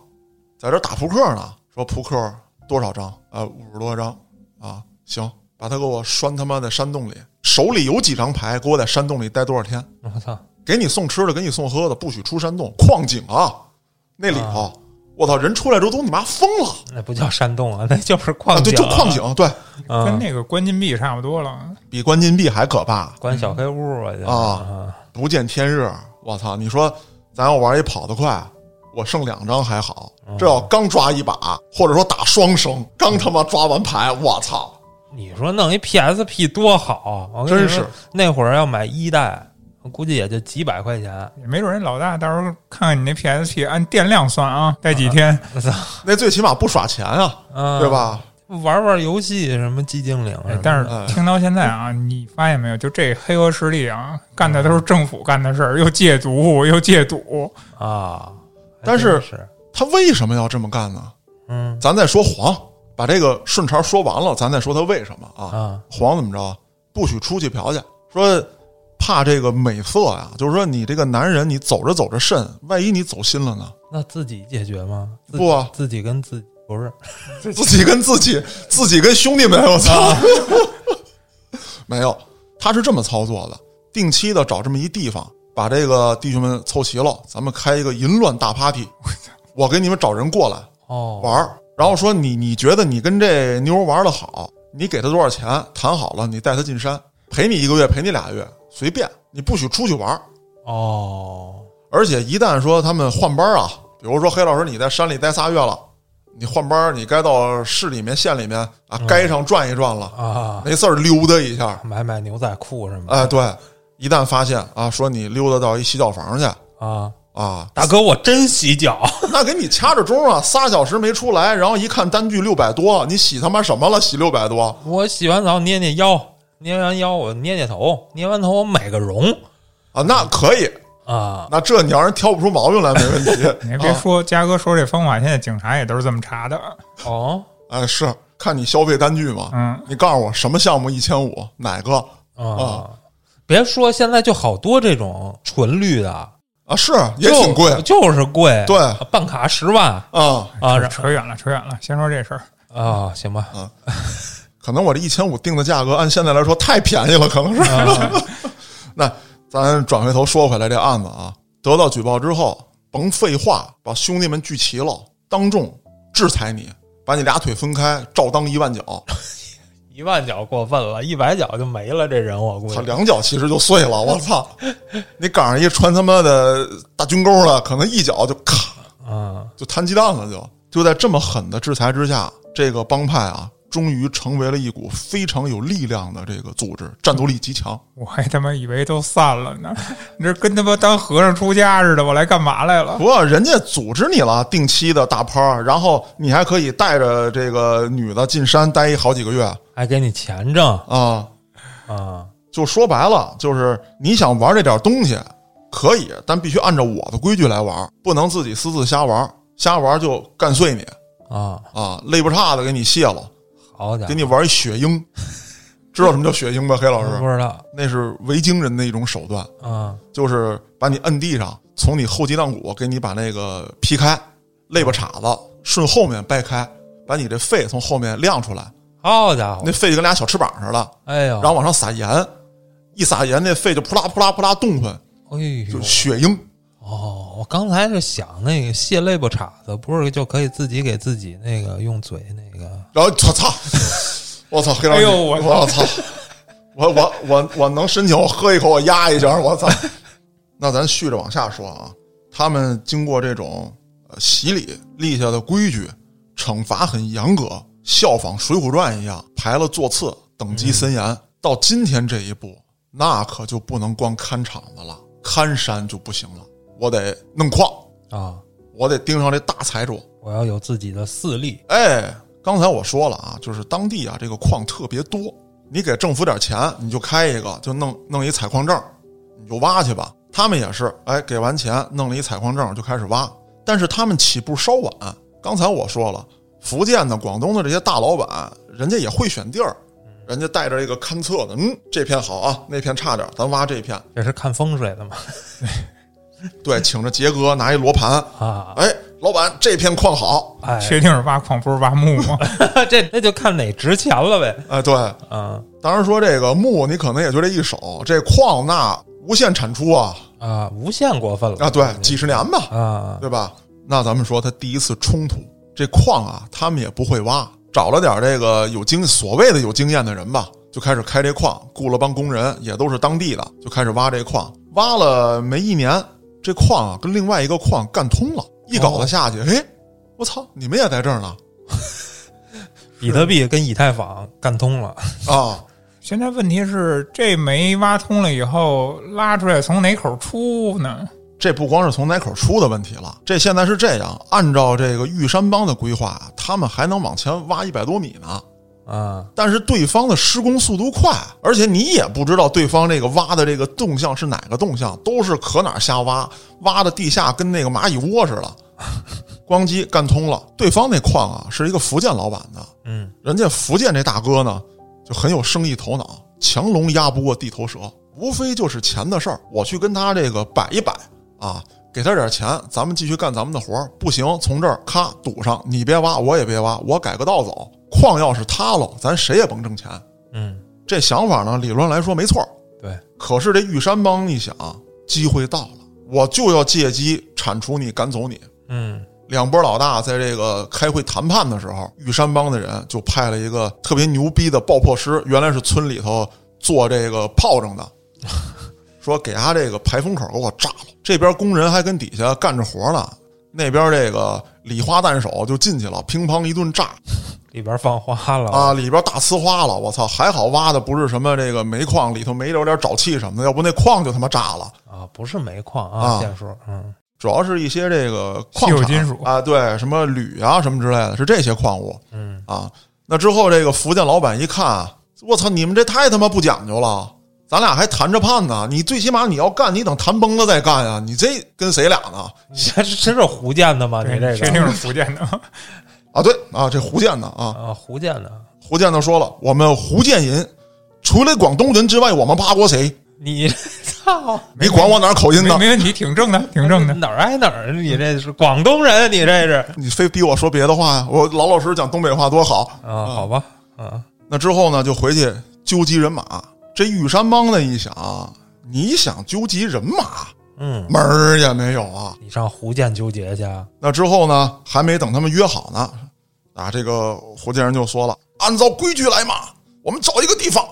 Speaker 1: 在这打扑克呢。说扑克多少张？啊，五十多张啊，行，把他给我拴他妈在山洞里，手里有几张牌，给我在山洞里待多少天？
Speaker 2: 我操
Speaker 1: 给你送吃的，给你送喝的，不许出山洞，矿井啊，那里头，
Speaker 2: 啊
Speaker 1: 我操，人出来之后都你妈疯了
Speaker 2: 那不叫山洞啊，那就是矿
Speaker 1: 啊！对，
Speaker 2: 井，
Speaker 1: 就矿井，对
Speaker 3: 跟
Speaker 2: 啊，
Speaker 3: 那个关禁闭差不多了。
Speaker 1: 比关禁闭还可怕，
Speaker 2: 关
Speaker 3: 嗯
Speaker 2: 小黑屋我就
Speaker 1: 啊不见天日。我操，你说咱要玩一跑得快，我剩两张还好，这要刚抓一把，或者说打双生，刚他妈抓完牌，我操！
Speaker 2: 你说弄一 PSP 多好，我跟
Speaker 1: 真
Speaker 2: 你说
Speaker 1: 是
Speaker 2: 那会儿要买一代，我估计也就几百块钱。
Speaker 3: 也没准人老大到时候看看你那 PSP 按电量算啊，待几天
Speaker 2: 我操，
Speaker 1: 那最起码不耍钱啊，
Speaker 2: 啊
Speaker 1: 对？吧？
Speaker 2: 玩玩游戏什么寂静岭什么
Speaker 3: 哎
Speaker 2: 的，
Speaker 3: 但是听到现在啊，你发现没有？就这黑恶势力啊，干的都是政府干的事儿，又戒毒又戒赌，
Speaker 2: 啊，还
Speaker 1: 但是
Speaker 2: 真是
Speaker 1: 他为什么要这么干呢？
Speaker 2: 嗯
Speaker 1: 咱再说黄，把这个顺茬说完了，咱再说他为什么啊？
Speaker 2: 啊
Speaker 1: 黄怎么着？不许出去嫖去，说怕这个美色呀、就是说你这个男人，你走着走着肾，万一你走心了呢？
Speaker 2: 那自己解决吗？自
Speaker 1: 不啊
Speaker 2: 自己跟自己不是
Speaker 1: 自己跟自己，自己跟兄弟们，我操！ 没有，他是这么操作的：定期的找这么一地方，把这个弟兄们凑齐了，咱们开一个淫乱大 party，我给你们找人过来
Speaker 2: 哦
Speaker 1: 玩儿，然后说你你觉得你跟这妞玩的好，你给他多少钱，谈好了，你带他进山，陪你一个月，陪你俩月，随便，你不许出去玩儿。
Speaker 2: 哦
Speaker 1: 而且一旦说他们换班啊，比如说黑老师你在山里待仨月了，你换班，你该到市里面、县里面啊，
Speaker 3: 嗯
Speaker 1: 街上转一转了，
Speaker 2: 啊，
Speaker 1: 没事儿溜达一下。
Speaker 2: 买买牛仔裤什么
Speaker 1: 啊哎，对，一旦发现啊，说你溜达到一洗脚房去，
Speaker 2: 的啊
Speaker 1: 啊，
Speaker 2: 大哥，我真洗脚，
Speaker 1: 那给你掐着钟啊，仨小时没出来，然后一看单据六百多，你洗他妈什么了？洗六百多？
Speaker 2: 我洗完澡捏捏腰，捏完腰我捏捏头，捏完头我美个容
Speaker 1: 啊，那可以，
Speaker 2: 啊！
Speaker 1: 那这你要是挑不出毛病来，没 问题。
Speaker 2: 嗯
Speaker 1: 啊
Speaker 3: 你还别说，嘉哥说这方法，现在警察也都是这么查的。
Speaker 2: 哦，
Speaker 1: 哎，是看你消费单据嘛。
Speaker 3: 嗯，
Speaker 1: 你告诉我什么项目一千五，哪个
Speaker 2: 啊，别说现在就好多这种纯绿的，
Speaker 1: 啊？是也挺贵
Speaker 2: 就就是贵，
Speaker 1: 对
Speaker 2: 啊，办卡十万
Speaker 1: 啊。
Speaker 2: 啊然
Speaker 3: 扯远了，扯远了，先说这事儿。
Speaker 2: 啊，行吧，
Speaker 1: 可能我这一千五定的价格，按现在来说太便宜了，可能是。 那咱转回头说回来，这案子啊，得到举报之后，甭废话，把兄弟们聚齐了，当众制裁你，把你俩腿分开，照当一万脚。
Speaker 2: 一万脚过分了，一百脚就没了，这人我估
Speaker 1: 操，
Speaker 2: 计
Speaker 1: 两脚其实就碎了，我操！你赶上一穿他妈的大军钩的，可能一脚就咔
Speaker 2: 啊，
Speaker 1: 就摊鸡蛋了就，就在这么狠的制裁之下，这个帮派啊，终于成为了一股非常有力量的这个组织，战斗力极强。
Speaker 3: 我还他妈以为都散了 呢，你这跟他妈当和尚出家似的，我来干嘛来了？
Speaker 1: 不过人家组织你了，定期的大趴儿，然后你还可以带着这个女的进山待一好几个月
Speaker 2: 还给你钱挣
Speaker 1: 啊。
Speaker 2: 啊，
Speaker 1: 就说白了，就是你想玩这点东西可以，但必须按照我的规矩来玩，不能自己私自瞎玩，瞎玩就干碎你
Speaker 2: 啊，
Speaker 1: 啊，肋不叉的给你卸了，
Speaker 2: 好家伙
Speaker 1: 给，你玩一血鹰，知道什么叫血鹰吧，黑老师？
Speaker 2: 不知道
Speaker 1: 那是维京人的一种手段，
Speaker 2: 啊，
Speaker 1: 就是把你摁地上，从你后脊梁骨给你把那个劈开，肋巴叉子顺后面掰开，把你这肺从后面亮出来，
Speaker 2: 好家伙
Speaker 1: 那，肺就跟俩小翅膀似的，
Speaker 2: 哎呦，
Speaker 1: 然后往上撒盐，一撒盐那肺就扑啦扑啦扑啦动混，
Speaker 2: 哎呦
Speaker 1: 就，血鹰。
Speaker 2: 哦，我刚才是想那个卸肋巴叉子，不是就可以自己给自己那个用嘴那个
Speaker 1: 然后我 操，我操，黑老
Speaker 3: 哎
Speaker 1: 师，
Speaker 3: 呦
Speaker 1: 我
Speaker 3: 我
Speaker 1: 操，我我我我能申请我喝一口，我压一下，我操。 那咱续着往下说啊，他们经过这种呃洗礼立下的规矩，惩罚很严格，效仿《水浒传》一样排了座次，等级森严。到今天这一步，那可就不能光看场子了，看山就不行了，我得弄矿，
Speaker 2: 啊？
Speaker 1: 我得盯上这大财主。
Speaker 2: 我要有自己的四力
Speaker 1: 哎，刚才我说了啊，就是当地啊这个矿特别多，你给政府点钱，你就开一个，就弄弄一采矿证，啊你就挖去吧。他们也是，哎，给完钱弄了一采矿证就开始挖，但是他们起步稍晚。啊刚才我说了，福建的、广东的这些大老板，人家也会选地儿，人家带着这个勘测的，嗯，这片好啊，那片差点，咱挖这片。
Speaker 2: 这是看风水的嘛？
Speaker 1: 对，请着杰哥拿一罗盘，
Speaker 2: 啊，
Speaker 1: 哎，老板这片矿好，
Speaker 2: 哎，
Speaker 3: 确定是挖矿不是挖墓吗？
Speaker 2: 这那就看哪值钱了呗。
Speaker 1: 哎，对，
Speaker 2: 啊
Speaker 1: 当然说这个木你可能也就这一手，这矿那无限产出啊
Speaker 2: 啊，无限过分了
Speaker 1: 啊，对，几十年吧，
Speaker 2: 啊
Speaker 1: 对吧？那咱们说他第一次冲突，这矿啊，他们也不会挖，找了点这个有经所谓的有经验的人吧，就开始开这矿，雇了帮工人，也都是当地的，就开始挖这矿。挖了没一年，这矿啊跟另外一个矿干通了，一镐子下去，哎，我操，你们也在这儿呢
Speaker 2: 比特币跟以太坊干通了，
Speaker 1: 啊！
Speaker 3: 现在问题是这煤挖通了以后拉出来从哪口出呢？
Speaker 1: 这不光是从哪口出的问题了，这现在是这样，按照这个玉山帮的规划，他们还能往前挖一百多米呢。
Speaker 2: 啊
Speaker 1: 但是对方的施工速度快，而且你也不知道对方这个挖的这个动向是哪个动向，都是可哪儿瞎挖，挖的地下跟那个蚂蚁窝似的。 咣叽干通了，对方那矿啊是一个福建老板的，
Speaker 2: 嗯，
Speaker 1: 人家福建这大哥呢就很有生意头脑，强龙压不过地头蛇，无非就是钱的事儿。我去跟他这个摆一摆啊，给他点钱，咱们继续干咱们的活儿。不行，从这儿咔堵上，你别挖，我也别挖，我改个道走。矿要是塌了，咱谁也甭挣钱。
Speaker 2: 嗯，
Speaker 1: 这想法呢，理论来说没错儿，
Speaker 2: 对，
Speaker 1: 可是这玉山帮一想，机会到了，我就要借机铲除你，赶走你。
Speaker 2: 嗯
Speaker 1: 两拨老大在这个开会谈判的时候，玉山帮的人就派了一个特别牛逼的爆破师，原来是村里头做这个炮仗的，说给他这个排风口给我炸了。这边工人还跟底下干着活呢，那边这个礼花弹手就进去了，乒乓一顿炸
Speaker 2: 里边放花了
Speaker 1: 啊，里边大呲花了。我操，还好挖的不是什么这个煤矿，里头没留点沼气什么的，要不那矿就他妈炸了。
Speaker 2: 啊，不是煤矿
Speaker 1: 啊
Speaker 2: 啊，建叔，嗯
Speaker 1: 主要是一些这个矿
Speaker 3: 稀有
Speaker 1: 产
Speaker 3: 金属
Speaker 1: 啊，对，什么铝啊什么之类的，是这些矿物
Speaker 2: 嗯，
Speaker 1: 啊。那之后，这个福建老板一看啊，我操，你们这太他妈不讲究了，咱俩还谈着判呢，你最起码你要干，你等谈崩了再干啊，你这跟谁俩呢？
Speaker 2: 你这是真是福建的吗？你
Speaker 3: 对，
Speaker 2: 这
Speaker 3: 确
Speaker 2: 个
Speaker 3: 定是福建的，
Speaker 1: 啊，对啊，这胡建呢啊，
Speaker 2: 啊，福建的，
Speaker 1: 胡建呢说了，我们胡建银除了广东人之外，我们八国谁？
Speaker 2: 你操，
Speaker 1: 你管我哪儿口音呢
Speaker 3: 没？没问题，挺正的，挺正的。
Speaker 2: 哪儿挨哪儿？啊你这是广东人，啊你这是
Speaker 1: 你非逼我说别的话呀？我老老实实讲东北话多好。
Speaker 2: 啊？好吧，啊，
Speaker 1: 那之后呢，就回去纠集人马。这玉山帮呢一想，你想纠集人马，
Speaker 2: 嗯，
Speaker 1: 门儿也没有啊。
Speaker 2: 你上福建纠结去啊？
Speaker 1: 那之后呢，还没等他们约好呢，啊，这个胡建人就说了，按照规矩来嘛，我们找一个地方，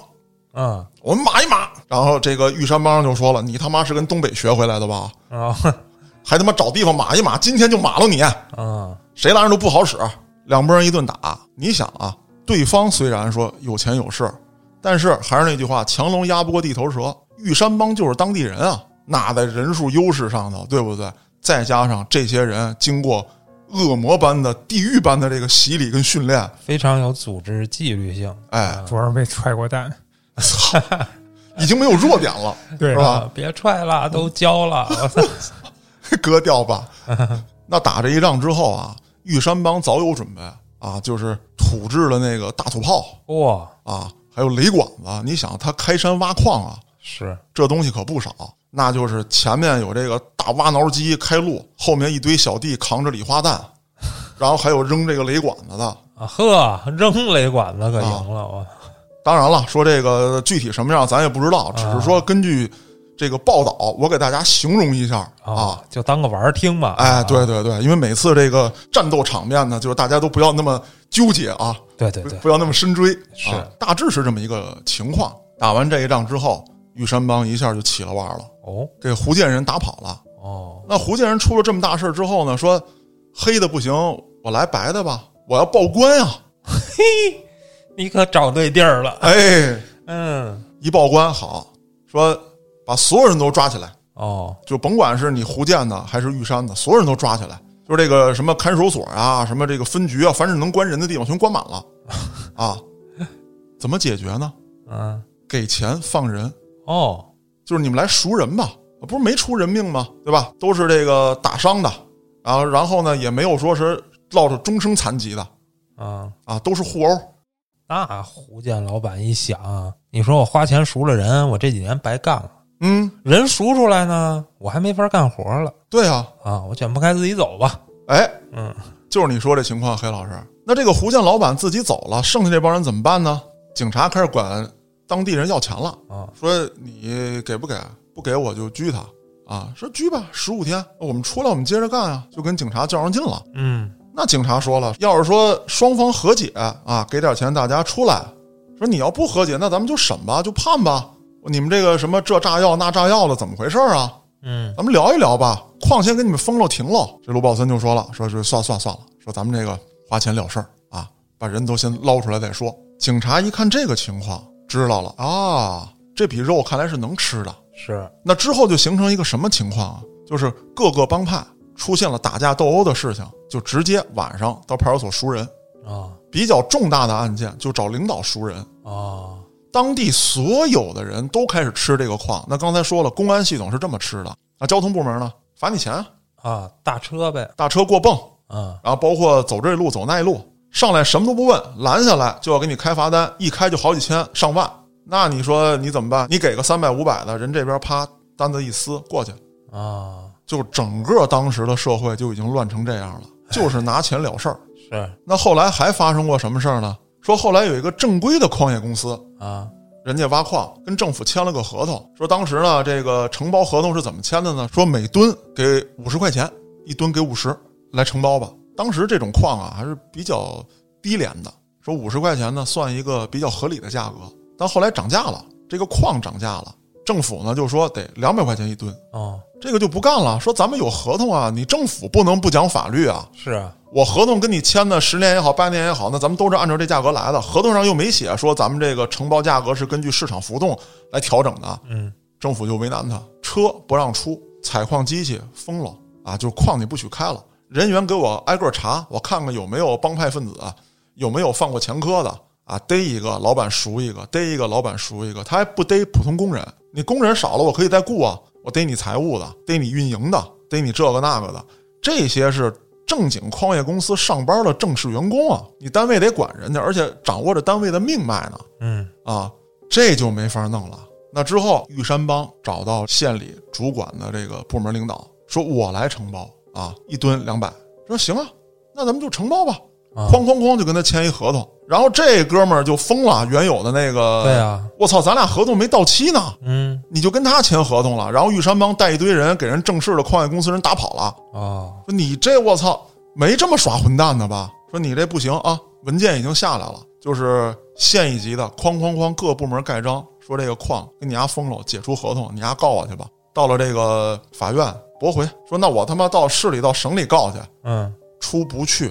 Speaker 2: 嗯
Speaker 1: 我们码一码。然后这个玉山帮就说了，你他妈是跟东北学回来的吧？
Speaker 2: 啊
Speaker 1: 还他妈找地方码一码，今天就码了你。
Speaker 2: 啊
Speaker 1: 谁拉人都不好使，两拨人一顿打。你想啊，对方虽然说有钱有势，但是还是那句话，强龙压不过地头蛇。玉山帮就是当地人啊，那在人数优势上头，对不对？再加上这些人经过恶魔般的、地狱般的这个洗礼跟训练，
Speaker 2: 非常有组织纪律性，
Speaker 1: 哎，
Speaker 3: 昨儿被踹过蛋，
Speaker 1: 已经没有弱点了，
Speaker 3: 对
Speaker 1: 是吧？
Speaker 2: 啊，别踹了，都交了，我操
Speaker 1: 割掉吧。那打这一仗之后啊，玉山帮早有准备啊，就是土制的那个大土炮
Speaker 2: 哇，
Speaker 1: 啊，还有雷管子。你想，他开山挖矿啊，
Speaker 2: 是
Speaker 1: 这东西可不少。那就是前面有这个大挖挠机开路，后面一堆小弟扛着礼花弹，然后还有扔这个雷管子的。
Speaker 2: 啊，呵，扔雷管子可
Speaker 1: 啊
Speaker 2: 赢了，我
Speaker 1: 当然了，说这个具体什么样咱也不知道，只是
Speaker 2: 啊
Speaker 1: 说根据这个报道，我给大家形容一下啊。
Speaker 2: 啊，就当个玩儿听吧，
Speaker 1: 哎，
Speaker 2: 啊
Speaker 1: 对对对，因为每次这个战斗场面呢，就是大家都不要那么纠结啊，
Speaker 2: 对对
Speaker 1: 不
Speaker 2: 对，
Speaker 1: 不要那么深追，
Speaker 2: 是
Speaker 1: 啊大致是这么一个情况。打完这一仗之后，玉山帮一下就起了腕了，
Speaker 2: 哦
Speaker 1: 给胡建人打跑了。
Speaker 2: 哦，
Speaker 1: 那胡建人出了这么大事儿之后呢，说黑的不行，我来白的吧，我要报官啊呀、
Speaker 2: 你可找对地儿了，
Speaker 1: 哎，
Speaker 2: 嗯，
Speaker 1: 一报官好，说把所有人都抓起来，
Speaker 2: 哦，
Speaker 1: 就甭管是你胡建的还是玉山的，所有人都抓起来。就是这个什么看守所啊，什么这个分局啊，凡是能关人的地方全关满了，啊，怎么解决呢？
Speaker 2: 嗯，
Speaker 1: 给钱放人，
Speaker 2: 哦，
Speaker 1: 就是你们来赎人吧，不是没出人命吗？对吧？都是这个打伤的，然后然后呢也没有说是落着终生残疾的，
Speaker 2: 嗯。
Speaker 1: 啊，都是互殴。
Speaker 2: 那胡建老板一想啊，你说我花钱赎了人，我这几年白干了，
Speaker 1: 嗯，
Speaker 2: 人赎出来呢，我还没法干活了
Speaker 1: 对啊，
Speaker 2: 啊，我卷不开自己走吧。
Speaker 1: 哎，
Speaker 2: 嗯，
Speaker 1: 就是你说这情况，黑老师。那这个胡建老板自己走了，剩下这帮人怎么办呢？警察开始管当地人要钱了，
Speaker 2: 啊，
Speaker 1: 说你给不给？啊不给我就拘他啊！说拘吧，十五天，我们出来我们接着干啊！就跟警察较上劲了。
Speaker 2: 嗯，
Speaker 1: 那警察说了，要是说双方和解啊，给点钱大家出来，说你要不和解，那咱们就审吧，就判吧。你们这个什么这炸药那炸药的，怎么回事儿啊？
Speaker 2: 嗯，
Speaker 1: 咱们聊一聊吧。矿先给你们封了停了。这卢宝森就说了，说是算算算了，说咱们这个花钱了事儿啊，把人都先捞出来再说。警察一看这个情况，知道了啊，这笔肉看来是能吃的。
Speaker 2: 是，
Speaker 1: 那之后就形成一个什么情况啊？就是各个帮派出现了打架斗殴的事情，就直接晚上到派出所赎人。
Speaker 2: 啊
Speaker 1: 比较重大的案件就找领导赎人，
Speaker 2: 啊，
Speaker 1: 当地所有的人都开始吃这个矿。那刚才说了，公安系统是这么吃的，那交通部门呢？罚你钱啊，
Speaker 2: 啊，大车呗，
Speaker 1: 大车过泵，
Speaker 2: 啊，
Speaker 1: 然后包括走这路走那路，上来什么都不问，拦下来就要给你开罚单，一开就好几千上万。那你说你怎么办？你给个三百五百的，人这边啪单子一撕过去，
Speaker 2: 啊，
Speaker 1: 就整个当时的社会就已经乱成这样了，就是拿钱了事儿。
Speaker 2: 是
Speaker 1: 那后来还发生过什么事儿呢？说后来有一个正规的矿业公司，
Speaker 2: 啊，
Speaker 1: 人家挖矿跟政府签了个合同，说当时呢这个承包合同是怎么签的呢？说每吨给五十块钱，一吨给五十来承包吧。当时这种矿啊还是比较低廉的，说五十块钱呢算一个比较合理的价格。但后来涨价了，这个矿涨价了，政府呢就说得两百块钱一吨，
Speaker 2: 哦，
Speaker 1: 这个就不干了，说咱们有合同啊，你政府不能不讲法律啊。
Speaker 2: 是啊，
Speaker 1: 我合同跟你签的十年也好，八年也好，那咱们都是按照这价格来的。合同上又没写说咱们这个承包价格是根据市场浮动来调整的，
Speaker 2: 嗯，
Speaker 1: 政府就为难他，车不让出，采矿机器封了，啊，就框你不许开了。人员给我挨个查，我看看有没有帮派分子，啊有没有犯过前科的啊，逮一个老板赎一个，逮一个老板赎一个，他还不逮普通工人。你工人少了，我可以再雇啊，我逮你财务的，逮你运营的，逮你这个那个的，这些是正经矿业公司上班的正式员工啊，你单位得管人家，而且掌握着单位的命脉呢。
Speaker 2: 嗯
Speaker 1: 啊，这就没法弄了。那之后，玉山帮找到县里主管的这个部门领导，说我来承包啊，一吨两百。说行啊，那咱们就承包吧。
Speaker 2: 啊，
Speaker 1: 哐哐哐就跟他签一合同，然后这哥们儿就疯了，原有的那个，
Speaker 2: 对啊，
Speaker 1: 我操，咱俩合同没到期呢，
Speaker 2: 嗯
Speaker 1: 你就跟他签合同了。然后玉山帮带一堆人给人正式的矿业公司人打跑了，
Speaker 2: 哦，
Speaker 1: 说你这我操，没这么耍混蛋的吧？说你这不行啊，文件已经下来了，就是县一级的，哐哐哐各部门盖章，说这个矿跟你丫封了，解除合同，你丫告我去吧。到了这个法院驳回，说那我他妈到市里到省里告去，
Speaker 2: 嗯，
Speaker 1: 出不去，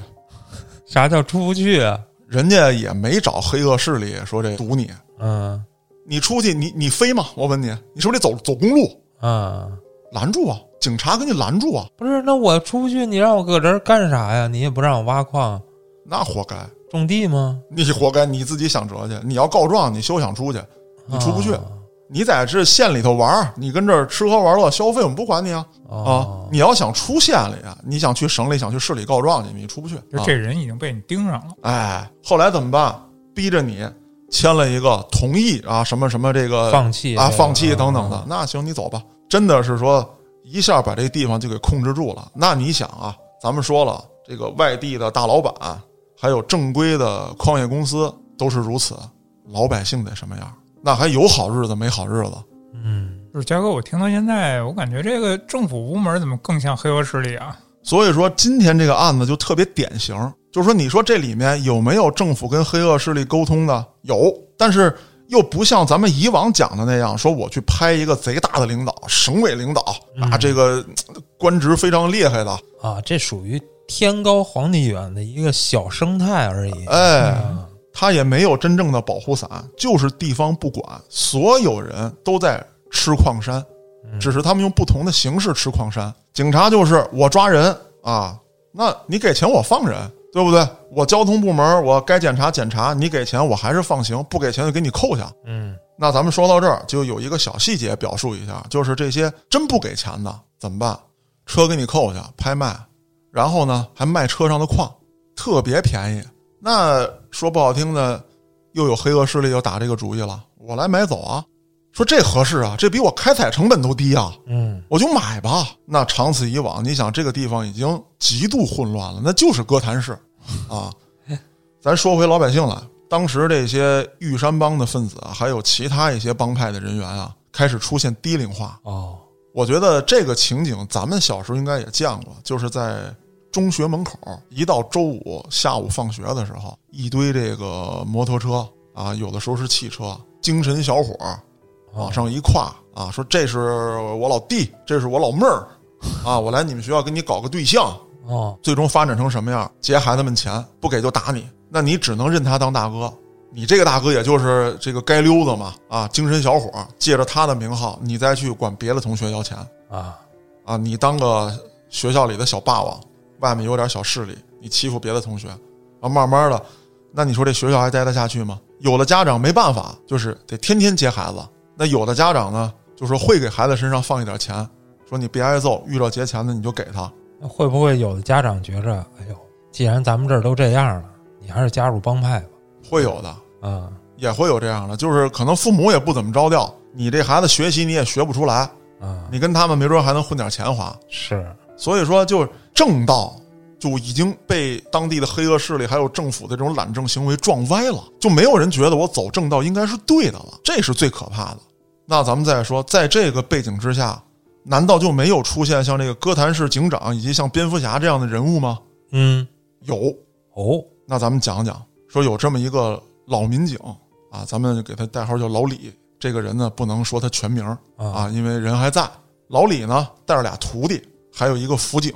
Speaker 2: 啥叫出不去啊？
Speaker 1: 人家也没找黑恶势力说这堵你，
Speaker 2: 嗯
Speaker 1: 你出去你你飞吗？我问你，你是不是得走走公路
Speaker 2: 嗯，
Speaker 1: 拦住啊？警察给你拦住啊，
Speaker 2: 不是，那我出不去，你让我搁这儿干啥呀？你也不让我挖矿
Speaker 1: 那活该，
Speaker 2: 种地吗？
Speaker 1: 你活该，你自己想辙去，你要告状你休想出去。你出不去
Speaker 2: 啊
Speaker 1: 你在这县里头玩儿，你跟这儿吃喝玩乐消费，我们不管你啊啊
Speaker 2: 哦！
Speaker 1: 你要想出县里啊，你想去省里，想去市里告状去，你出不去。
Speaker 3: 就
Speaker 1: 啊
Speaker 3: 这人已经被你盯上了，
Speaker 1: 哎，后来怎么办？逼着你签了一个同意啊，什么什么这个
Speaker 2: 放弃
Speaker 1: 啊，
Speaker 2: 这个
Speaker 1: 放弃等等的。那行，你走吧。真的是说一下把这地方就给控制住了。那你想啊，咱们说了，这个外地的大老板，还有正规的矿业公司都是如此，老百姓得什么样？那还有好日子没好日子？
Speaker 2: 嗯
Speaker 3: 就是嘉哥，我听到现在，我感觉这个政府部门怎么更像黑恶势力啊？
Speaker 1: 所以说，今天这个案子就特别典型，就是说，你说这里面有没有政府跟黑恶势力沟通的？有，但是又不像咱们以往讲的那样，说我去拍一个贼大的领导，省委领导啊，这个呃官职非常厉害的，
Speaker 2: 啊，这属于天高皇帝远的一个小生态而已。
Speaker 1: 哎，他也没有真正的保护伞，就是地方不管，所有人都在吃矿山，只是他们用不同的形式吃矿山。警察就是我抓人啊，那你给钱我放人，对不对？我交通部门我该检查检查，你给钱我还是放行，不给钱就给你扣下。
Speaker 2: 嗯
Speaker 1: 那咱们说到这儿，就有一个小细节表述一下，就是这些真不给钱的怎么办？车给你扣下拍卖，然后呢还卖车上的矿，特别便宜。那说不好听的，又有黑恶势力又打这个主意了，我来买走啊！说这合适啊，这比我开采成本都低啊，
Speaker 2: 嗯，
Speaker 1: 我就买吧。那长此以往，你想这个地方已经极度混乱了，那就是哥谭市啊。咱说回老百姓来，当时这些玉山帮的分子啊，还有其他一些帮派的人员啊，开始出现低龄化。
Speaker 2: 哦，
Speaker 1: 我觉得这个情景咱们小时候应该也见过，就是在中学门口，一到周五下午放学的时候，一堆这个摩托车啊，有的时候是汽车，精神小伙儿往上一跨啊，说这是我老弟，这是我老妹儿啊，我来你们学校给你搞个对象，
Speaker 2: 哦，
Speaker 1: 最终发展成什么样？劫孩子们钱，不给就打你，那你只能认他当大哥。你这个大哥也就是这个街溜子嘛，啊，精神小伙儿，借着他的名号，你再去管别的同学要钱
Speaker 2: 啊，
Speaker 1: 啊，你当个学校里的小霸王，外面有点小势力，你欺负别的同学，啊，慢慢的，那你说这学校还待得下去吗？有的家长没办法，就是得天天接孩子。那有的家长呢，就说会给孩子身上放一点钱，说你别挨揍，遇到劫钱的你就给他，
Speaker 2: 那会不会有的家长觉着，哎呦，既然咱们这儿都这样了，你还是加入帮派吧？
Speaker 1: 会有的。
Speaker 2: 啊，
Speaker 1: 也会有这样的，就是可能父母也不怎么着调，你这孩子学习你也学不出来，
Speaker 2: 啊，
Speaker 1: 你跟他们没准还能混点钱花。
Speaker 2: 是，
Speaker 1: 所以说，就是正道就已经被当地的黑恶势力还有政府的这种懒政行为撞歪了，就没有人觉得我走正道应该是对的了，这是最可怕的。那咱们再说，在这个背景之下，难道就没有出现像这个哥谭市警长以及像蝙蝠侠这样的人物吗？
Speaker 2: 嗯，
Speaker 1: 有，
Speaker 2: 哦，
Speaker 1: 那咱们讲讲，说有这么一个老民警啊，咱们给他代号叫老李。这个人呢，不能说他全名啊，因为人还在。老李呢，带着俩徒弟，还有一个辅警。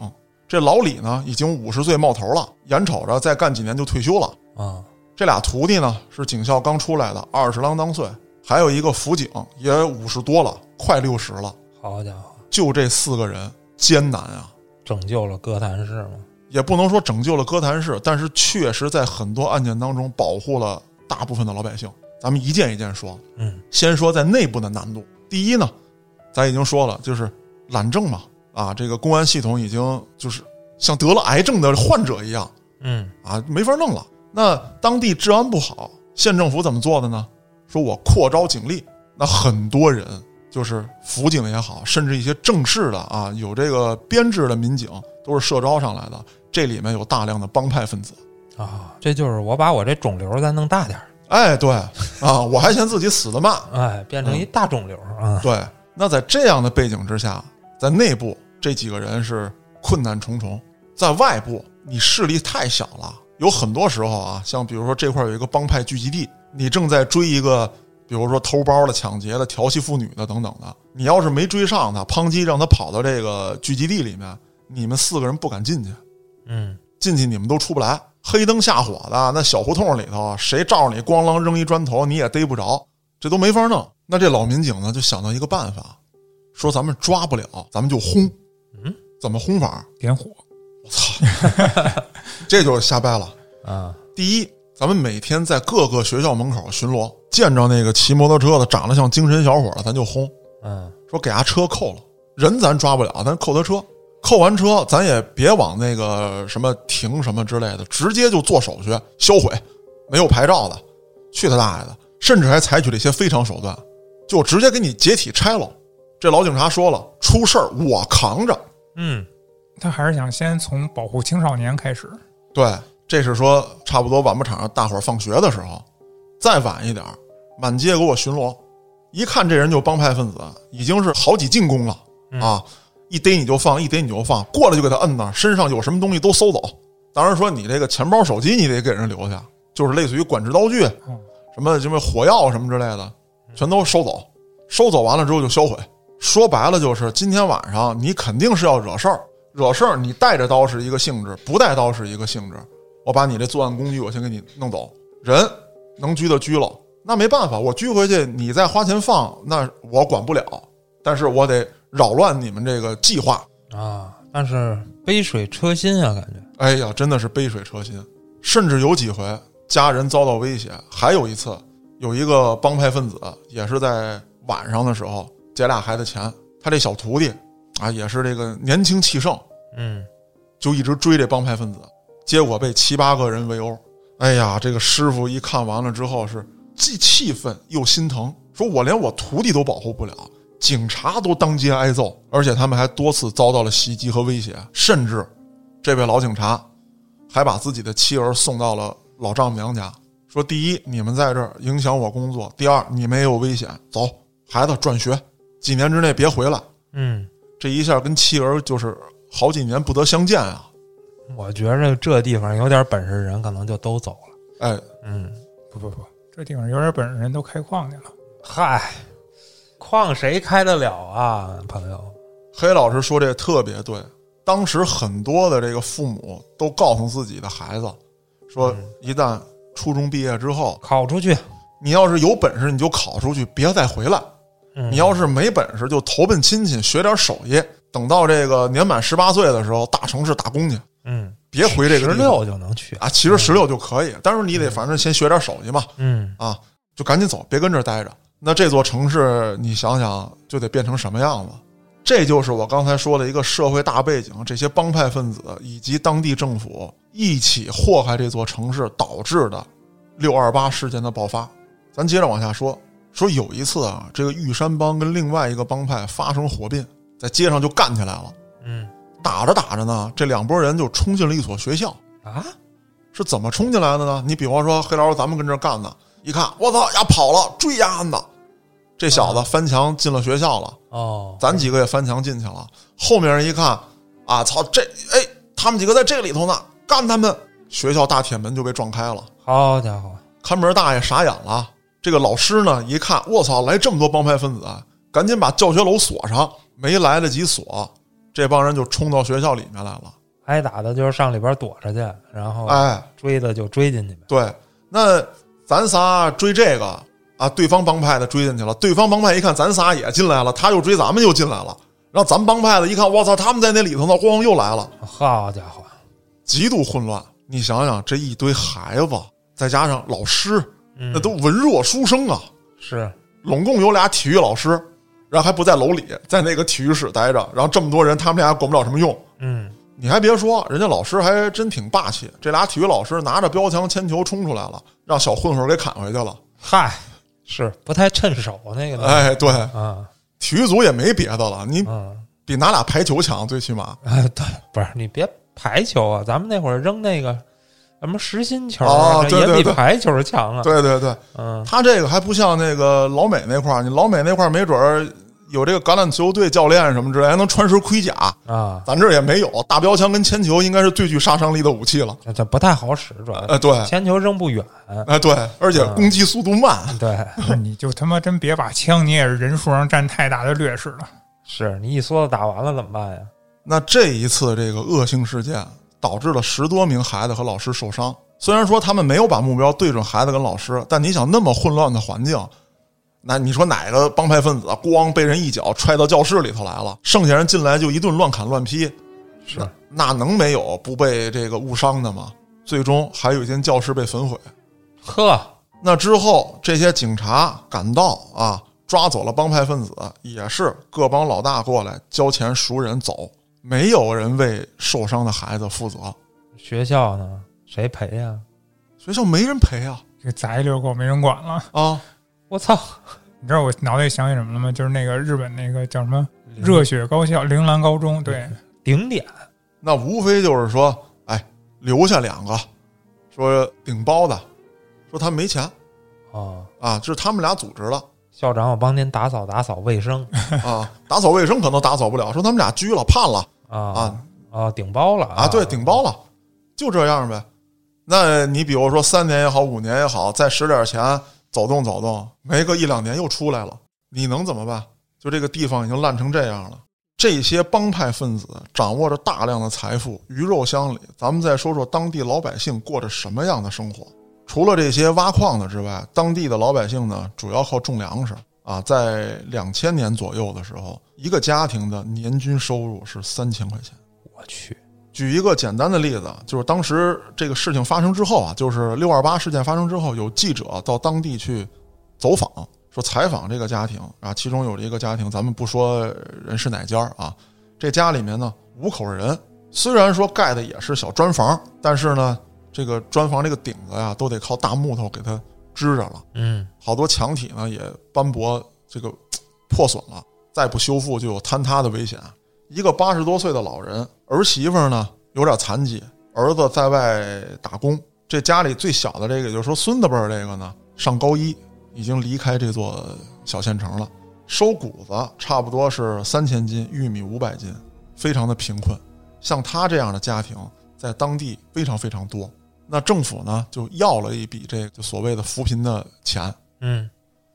Speaker 1: 这老李呢，已经五十岁冒头了，眼瞅着再干几年就退休了。
Speaker 2: 啊，
Speaker 1: 这俩徒弟呢，是警校刚出来的，二十郎当岁，还有一个辅警也五十多了，快六十了。
Speaker 2: 好家伙，
Speaker 1: 就这四个人艰难啊！
Speaker 2: 拯救了哥谭市吗？
Speaker 1: 也不能说拯救了哥谭市，但是确实在很多案件当中保护了大部分的老百姓。咱们一件一件说，
Speaker 2: 嗯，
Speaker 1: 先说在内部的难度。第一呢，咱已经说了，就是懒政嘛，啊，这个公安系统已经就是像得了癌症的患者一样
Speaker 2: 嗯
Speaker 1: 啊，没法弄了。那当地治安不好，县政府怎么做的呢？说我扩招警力，那很多人就是辅警也好，甚至一些正式的啊，有这个编制的民警都是社招上来的，这里面有大量的帮派分子。
Speaker 2: 啊，这就是我把我这肿瘤再弄大点儿，
Speaker 1: 哎，对啊，我还嫌自己死的慢，
Speaker 2: 哎，变成一大肿瘤啊。
Speaker 1: 对，那在这样的背景之下，在内部这几个人是困难重重，在外部你势力太小了，有很多时候啊，像比如说这块有一个帮派聚集地，你正在追一个，比如说偷包的、抢劫的、调戏妇女的等等的，你要是没追上他，抨击让他跑到这个聚集地里面，你们四个人不敢进去，
Speaker 2: 嗯
Speaker 1: 进去你们都出不来。黑灯瞎火的，那小胡同里头，啊谁照着你咣啷扔一砖头，你也逮不着，这都没法弄。那这老民警呢，就想到一个办法，说咱们抓不了，咱们就轰。
Speaker 2: 嗯，
Speaker 1: 怎么轰法？
Speaker 3: 点火，
Speaker 1: 我操，这就瞎掰了。
Speaker 2: 啊，
Speaker 1: 第一，咱们每天在各个学校门口巡逻，见着那个骑摩托车的长得像精神小伙的，咱就轰，
Speaker 2: 嗯
Speaker 1: 说给他车扣了。人咱抓不了，咱扣他车。扣完车，咱也别往那个什么停什么之类的，直接就做手续销毁，没有牌照的，去他大爷的！甚至还采取了一些非常手段，就直接给你解体拆了。这老警察说了，出事儿我扛着。
Speaker 2: 嗯
Speaker 3: 他还是想先从保护青少年开始。
Speaker 1: 对，这是说差不多晚不场上大伙儿放学的时候，再晚一点儿，满街给我巡逻，一看这人就帮派分子，已经是好几进攻了、啊！一逮你就放，一逮你就放，过来就给他摁那儿，身上有什么东西都搜走。当然说你这个钱包、手机你得给人留下，就是类似于管制刀具、
Speaker 3: 嗯
Speaker 1: 什么什么火药什么之类的，全都收走。收走完了之后就销毁。说白了就是，今天晚上你肯定是要惹事儿，惹事儿你带着刀是一个性质，不带刀是一个性质。我把你这作案工具我先给你弄走，人能拘的拘了，那没办法，我拘回去，你再花钱放，那我管不了，但是我得扰乱你们这个计划。
Speaker 2: 啊，但是杯水车薪啊，感觉
Speaker 1: 哎呀，真的是杯水车薪，甚至有几回家人遭到威胁。还有一次，有一个帮派分子也是在晚上的时候劫俩孩子钱，他这小徒弟啊也是这个年轻气盛，
Speaker 2: 嗯
Speaker 1: 就一直追这帮派分子，结果被七八个人围殴。哎呀，这个师傅一看完了之后是既气愤又心疼，说我连我徒弟都保护不了，警察都当街挨揍，而且他们还多次遭到了袭击和威胁，甚至这位老警察还把自己的妻儿送到了老丈母娘家，说第一，你们在这儿影响我工作；第二，你们也有危险，走，孩子转学，几年之内别回来。
Speaker 2: 嗯，
Speaker 1: 这一下跟妻儿就是好几年不得相见啊！
Speaker 2: 我觉着这地方有点本事的人可能就都走了。
Speaker 1: 哎，
Speaker 2: 嗯，
Speaker 3: 不不不，这地方有点本事，人都开矿去了。
Speaker 2: 嗨，矿谁开得了啊，朋友？
Speaker 1: 黑老师说这特别对，当时很多的这个父母都告诉自己的孩子，说
Speaker 2: 嗯
Speaker 1: 一旦初中毕业之后，
Speaker 2: 考出去，
Speaker 1: 你要是有本事你就考出去，别再回来；
Speaker 2: 嗯
Speaker 1: 你要是没本事就投奔亲戚，学点手艺，等到这个年满十八岁的时候，大城市打工去，
Speaker 2: 嗯
Speaker 1: 别回这个
Speaker 2: 十
Speaker 1: 地方
Speaker 2: 六就能去，
Speaker 1: 啊，其实十六就可以，但是你得反正先学点手艺嘛，
Speaker 2: 嗯
Speaker 1: 啊，就赶紧走，别跟这儿待着。那这座城市，你想想就得变成什么样子？这就是我刚才说的一个社会大背景，这些帮派分子以及当地政府一起祸害这座城市导致的六二八事件的爆发。咱接着往下说，说有一次啊，这个玉山帮跟另外一个帮派发生火并，在街上就干起来了。
Speaker 2: 嗯
Speaker 1: 打着打着呢，这两拨人就冲进了一所学校，
Speaker 2: 啊，
Speaker 1: 是怎么冲进来的呢？你比方说黑老师，咱们跟这儿干呢，一看我操，丫跑了，追丫呢，这小子翻墙进了学校了，
Speaker 2: 哦，
Speaker 1: 咱几个也翻墙进去了。后面人一看，啊操，这哎，他们几个在这里头呢，干他们！学校大铁门就被撞开了，
Speaker 2: 好家伙，
Speaker 1: 看门大爷傻眼了。这个老师呢，一看，我操，来这么多帮派分子，啊赶紧把教学楼锁上。没来得及锁，这帮人就冲到学校里面来了。
Speaker 2: 挨打的就是上里边躲着去，然后
Speaker 1: 哎，
Speaker 2: 追的就追进去呗。
Speaker 1: 对，那咱仨追这个啊，对方帮派的追进去了，对方帮派一看咱仨也进来了，他又追咱们又进来了，然后咱们帮派的一看，我操，他们在那里头呢，咣又来了，
Speaker 2: 好家伙，
Speaker 1: 极度混乱。你想想，这一堆孩子，再加上老师，
Speaker 2: 嗯
Speaker 1: 那都文弱书生啊，
Speaker 2: 是
Speaker 1: 拢共有俩体育老师，然后还不在楼里，在那个体育室待着，然后这么多人，他们俩管不了什么用。
Speaker 2: 嗯
Speaker 1: 你还别说，人家老师还真挺霸气，这俩体育老师拿着标枪铅球冲出来了，让小混混给砍回去了。
Speaker 2: 嗨，是不太趁手啊那个东西
Speaker 1: 哎，对，
Speaker 2: 啊
Speaker 1: 体育组也没别的了，你
Speaker 2: 嗯
Speaker 1: 比拿俩排球强，最起码。
Speaker 2: 哎对，不是你别排球啊，咱们那会儿扔那个什么实心球
Speaker 1: 哦
Speaker 2: 啊，这
Speaker 1: 对对
Speaker 2: 也比
Speaker 1: 对
Speaker 2: 排球强啊，
Speaker 1: 对对对，
Speaker 2: 嗯
Speaker 1: 他这个还不像那个老美那块儿，你老美那块儿没准儿有这个橄榄球队教练什么之类，还能穿身盔甲，
Speaker 2: 啊，
Speaker 1: 咱这儿也没有。大标枪跟铅球应该是最具杀伤力的武器了。
Speaker 2: 这这不太好使，主要
Speaker 1: 哎，对，
Speaker 2: 铅球扔不远，
Speaker 1: 哎对，而且攻击速度慢。
Speaker 2: 对，
Speaker 3: 你就他妈真别把枪，你也是人数上占太大的劣势了。
Speaker 2: 是你一梭子打完了怎么办呀？
Speaker 1: 那这一次这个恶性事件导致了十多名孩子和老师受伤。虽然说他们没有把目标对准孩子跟老师，但你想那么混乱的环境，那你说哪个帮派分子咣被人一脚踹到教室里头来了，剩下人进来就一顿乱砍乱劈，
Speaker 2: 是
Speaker 1: 那能没有不被这个误伤的吗？最终还有一间教室被焚毁。
Speaker 2: 呵，
Speaker 1: 那之后，这些警察赶到啊，抓走了帮派分子，也是各帮老大过来交钱赎人走，没有人为受伤的孩子负责，
Speaker 2: 学校呢谁赔呀？
Speaker 1: 学校没人赔啊
Speaker 3: 这砸一溜够，没人管了。
Speaker 1: 啊！
Speaker 2: 我操，
Speaker 3: 你知道我脑袋里想起什么了吗？就是那个日本那个叫什么热血高校铃兰高中，对，
Speaker 2: 顶点
Speaker 1: 那无非就是说，哎，留下两个，说顶包的，说他没钱
Speaker 2: 啊！
Speaker 1: 啊，这是他们俩组织了
Speaker 2: 校长，我帮您打扫打扫卫生
Speaker 1: 啊，打扫卫生可能打扫不了，说他们俩拘了判了
Speaker 2: 啊
Speaker 1: 啊
Speaker 2: 啊，顶包了
Speaker 1: 啊，对，顶包了，就这样呗。那你比如说三年也好，五年也好，再使点钱走动走动，没个一两年又出来了，你能怎么办？就这个地方已经烂成这样了。这些帮派分子掌握着大量的财富，鱼肉乡里。咱们再说说当地老百姓过着什么样的生活。除了这些挖矿的之外，当地的老百姓呢，主要靠种粮食啊。在两千年左右的时候，一个家庭的年均收入是三千块钱。
Speaker 2: 我去，
Speaker 1: 举一个简单的例子，就是当时这个事情发生之后啊，就是六二八事件发生之后，有记者到当地去走访，说采访这个家庭啊，其中有一个家庭，咱们不说人是哪家儿啊，这家里面呢五口人，虽然说盖的也是小砖房，但是呢，这个砖房这个顶子呀，都得靠大木头给它支着了，
Speaker 2: 嗯
Speaker 1: 好多墙体呢也斑驳，这个破损了，再不修复就有坍塌的危险。一个八十多岁的老人，儿媳妇儿呢有点残疾，儿子在外打工，这家里最小的这个，也就是说孙子辈儿这个呢，上高一，已经离开这座小县城了。收谷子差不多是三千斤，玉米五百斤，非常的贫困。像他这样的家庭，在当地非常非常多。那政府呢，就要了一笔这个就所谓的扶贫的钱，
Speaker 2: 嗯，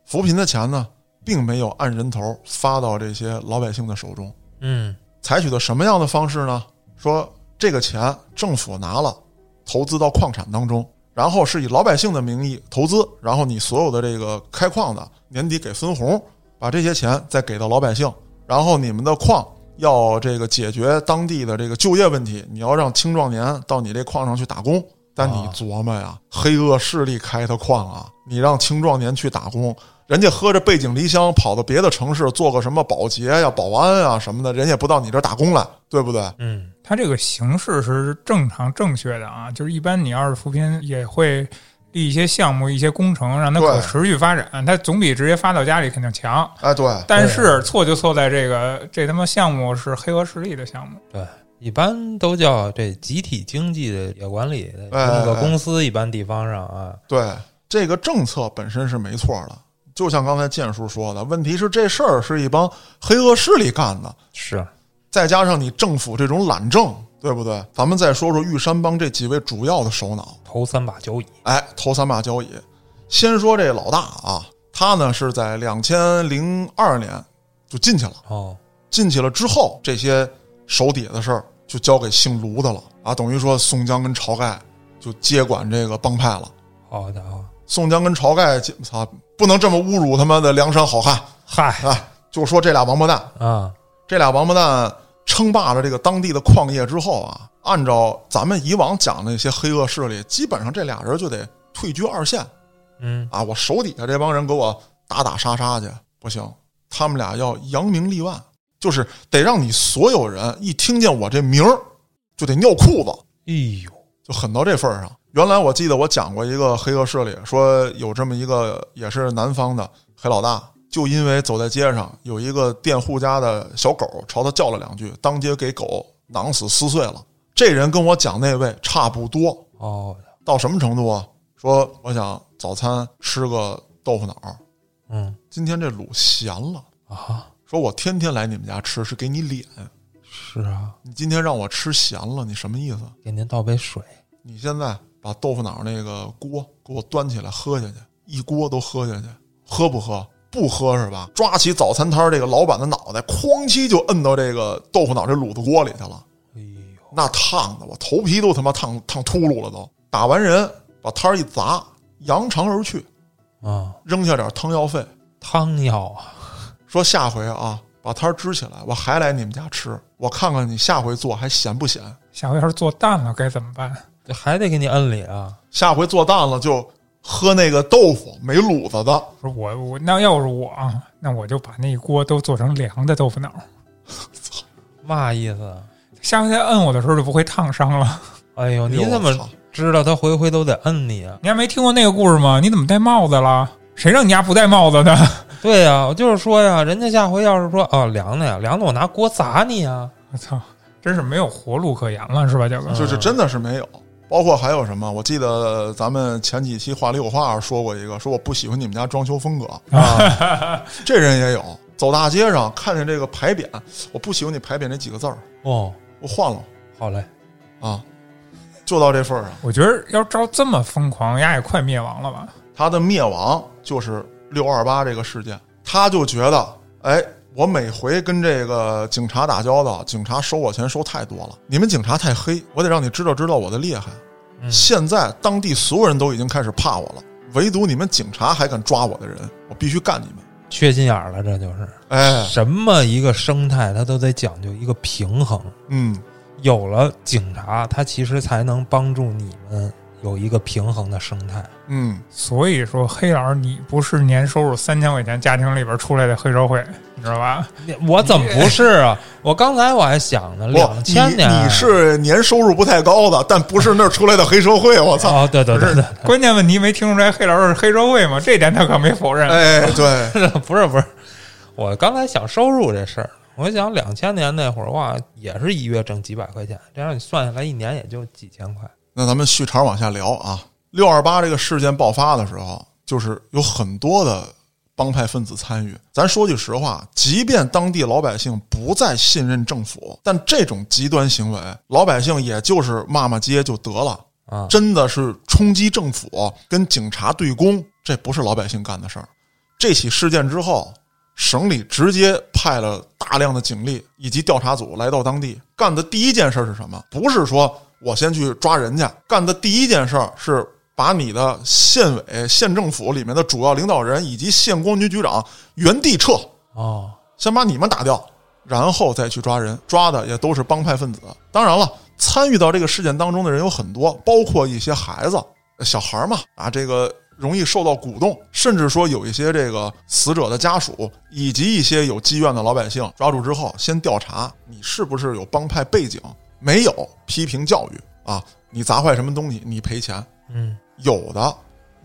Speaker 1: 扶贫的钱呢，并没有按人头发到这些老百姓的手中。
Speaker 2: 嗯，
Speaker 1: 采取的什么样的方式呢？说这个钱政府拿了，投资到矿产当中，然后是以老百姓的名义投资，然后你所有的这个开矿的年底给分红，把这些钱再给到老百姓，然后你们的矿要这个解决当地的这个就业问题，你要让青壮年到你这矿上去打工。但你
Speaker 2: 啊
Speaker 1: 琢磨呀，黑恶势力开的矿啊，你让青壮年去打工，人家喝着背井离乡跑到别的城市做个什么保洁呀、保安啊什么的，人也不到你这儿打工来，对不对？
Speaker 2: 嗯
Speaker 3: 它这个形式是正常正确的啊，就是一般你要是扶贫也会立一些项目、一些工程，让它可
Speaker 1: 对
Speaker 3: 持续发展，它总比直接发到家里肯定强。
Speaker 1: 哎，对，
Speaker 3: 但是错就错在这个这他妈项目是黑恶势力的项目，
Speaker 2: 对，一般都叫这集体经济的也管理的
Speaker 1: 哎
Speaker 2: 弄个
Speaker 1: 哎哎
Speaker 2: 公司，一般地方上啊，
Speaker 1: 对这个政策本身是没错的，就像刚才建叔说的，问题是这事儿是一帮黑恶势力干的，
Speaker 2: 是
Speaker 1: 再加上你政府这种懒政，对不对？咱们再说说玉山帮这几位主要的首脑，
Speaker 2: 头三把交椅，
Speaker 1: 哎，头三把交椅。先说这老大啊，他呢是在两千零二年就进去了。
Speaker 2: 哦，
Speaker 1: 进去了之后，这些手底下的事儿就交给姓卢的了啊，等于说宋江跟晁盖就接管这个帮派了。
Speaker 2: 好家伙，
Speaker 1: 宋江跟晁盖，接操，不能这么侮辱他妈的梁山好汉！
Speaker 2: 嗨
Speaker 1: 就说这俩王八蛋，
Speaker 2: 啊，
Speaker 1: 这俩王八蛋称霸了这个当地的矿业之后啊，按照咱们以往讲的那些黑恶势力，基本上这俩人就得退居二线
Speaker 2: 嗯
Speaker 1: 啊。我手底下这帮人给我打打杀杀去，不行，他们俩要扬名立万，就是得让你所有人一听见我这名儿就得尿裤子。
Speaker 2: 哎呦，
Speaker 1: 就狠到这份儿上。原来我记得我讲过一个黑恶势力，说有这么一个也是南方的黑老大，就因为走在街上有一个佃户家的小狗朝他叫了两句，当街给狗囊死撕碎了。这人跟我讲那位差不多，
Speaker 2: 哦，
Speaker 1: 到什么程度啊？说我想早餐吃个豆腐脑儿，
Speaker 2: 嗯
Speaker 1: 今天这卤咸了。
Speaker 2: 啊，
Speaker 1: 说我天天来你们家吃是给你脸，
Speaker 2: 是啊，
Speaker 1: 你今天让我吃咸了，你什么意思？
Speaker 2: 给您倒杯水，
Speaker 1: 你现在把豆腐脑那个锅给我端起来喝下去，一锅都喝下去，喝不喝？不喝是吧？抓起早餐摊这个老板的脑袋，哐叽就摁到这个豆腐脑这卤子锅里去了，
Speaker 2: 哎呦，
Speaker 1: 那烫的我头皮都他妈烫烫秃噜了都。打完人把摊儿一砸，扬长而去，
Speaker 2: 啊，
Speaker 1: 扔下点汤药费，
Speaker 2: 汤药啊，
Speaker 1: 说下回啊把摊儿支起来，我还来你们家吃，我看看你下回做还咸不咸。
Speaker 3: 下回要是做淡了该怎么办？
Speaker 2: 这还得给你摁里啊，
Speaker 1: 下回做淡了就喝那个豆腐没卤子的。
Speaker 3: 不是我我那要是我啊，那我就把那一锅都做成凉的豆腐脑，
Speaker 2: 嘛意思？啊
Speaker 3: 下回再摁我的时候就不会烫伤了。
Speaker 2: 哎呦，
Speaker 1: 哎
Speaker 2: 你
Speaker 1: 呦
Speaker 2: 怎
Speaker 1: 我操
Speaker 2: 么知道他回回都得摁你啊？
Speaker 3: 你还没听过那个故事吗？你怎么戴帽子了？谁让你家不戴帽子呢？
Speaker 2: 对呀、我就是说呀，人家下回要是说哦凉的呀，凉的我拿锅砸你啊呀，
Speaker 3: 我操，真是没有活路可言了，是吧，教哥？
Speaker 1: 就是真的是没有。包括还有什么？我记得咱们前几期话里有话说过一个，说我不喜欢你们家装修风格，
Speaker 2: 啊，
Speaker 1: 这人也有。走大街上看见这个牌匾，我不喜欢你牌匾这几个字儿，
Speaker 2: 哦，
Speaker 1: 我换了
Speaker 2: 好嘞，
Speaker 1: 啊，就到这份儿上。
Speaker 3: 我觉得要照这么疯狂，丫也快灭亡了吧？
Speaker 1: 他的灭亡就是六二八这个事件，他就觉得，哎，我每回跟这个警察打交道，警察收我钱收太多了，你们警察太黑，我得让你知道知道我的厉害。
Speaker 2: 嗯
Speaker 1: 现在当地所有人都已经开始怕我了，唯独你们警察还敢抓我的人，我必须干你们！
Speaker 2: 缺心眼儿了，这就是
Speaker 1: 哎，
Speaker 2: 什么一个生态，它都得讲究一个平衡。
Speaker 1: 嗯，
Speaker 2: 有了警察，它其实才能帮助你们有一个平衡的生态。
Speaker 1: 嗯，
Speaker 3: 所以说，黑老师，你不是年收入三千块钱家庭里边出来的黑社会，你知道吧？
Speaker 2: 我怎么不是啊？我刚才我还想呢，
Speaker 1: 不，
Speaker 2: 两千年
Speaker 1: 你你是年收入不太高的，但不是那儿出来的黑社会，我 操！
Speaker 2: 哦，对对
Speaker 3: 不
Speaker 2: 对
Speaker 3: 是
Speaker 2: 对，，
Speaker 3: 关键问题没听出来黑老师是黑社会吗？这点他可没否认。
Speaker 1: 哎，对，
Speaker 2: 对不是不是，我刚才想收入这事儿，我想两千年那会儿哇，也是一月挣几百块钱，这样你算下来一年也就几千块。
Speaker 1: 那咱们续茬往下聊啊。六二八这个事件爆发的时候，就是有很多的帮派分子参与。咱说句实话，即便当地老百姓不再信任政府，但这种极端行为，老百姓也就是骂骂街就得了。
Speaker 2: 啊，
Speaker 1: 真的是冲击政府、跟警察对攻，这不是老百姓干的事儿。这起事件之后，省里直接派了大量的警力以及调查组来到当地，干的第一件事是什么？不是说我先去抓人家，干的第一件事儿是把你的县委、县政府里面的主要领导人以及县公安局局长原地撤，
Speaker 2: 哦，
Speaker 1: 先把你们打掉，然后再去抓人，抓的也都是帮派分子。当然了，参与到这个事件当中的人有很多，包括一些孩子、小孩嘛，啊，这个容易受到鼓动，甚至说有一些这个死者的家属以及一些有积怨的老百姓，抓住之后先调查你是不是有帮派背景，没有批评教育啊，你砸坏什么东西你赔钱，
Speaker 2: 嗯，
Speaker 1: 有的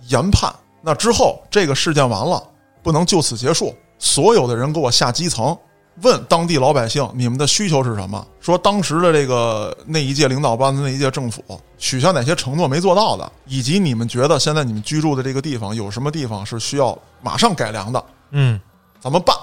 Speaker 1: 研判。那之后这个事件完了，不能就此结束，所有的人给我下基层，问当地老百姓你们的需求是什么？说当时的这个那一届领导班子那一届政府许下哪些承诺没做到的，以及你们觉得现在你们居住的这个地方有什么地方是需要马上改良的，
Speaker 2: 嗯，
Speaker 1: 咱们办。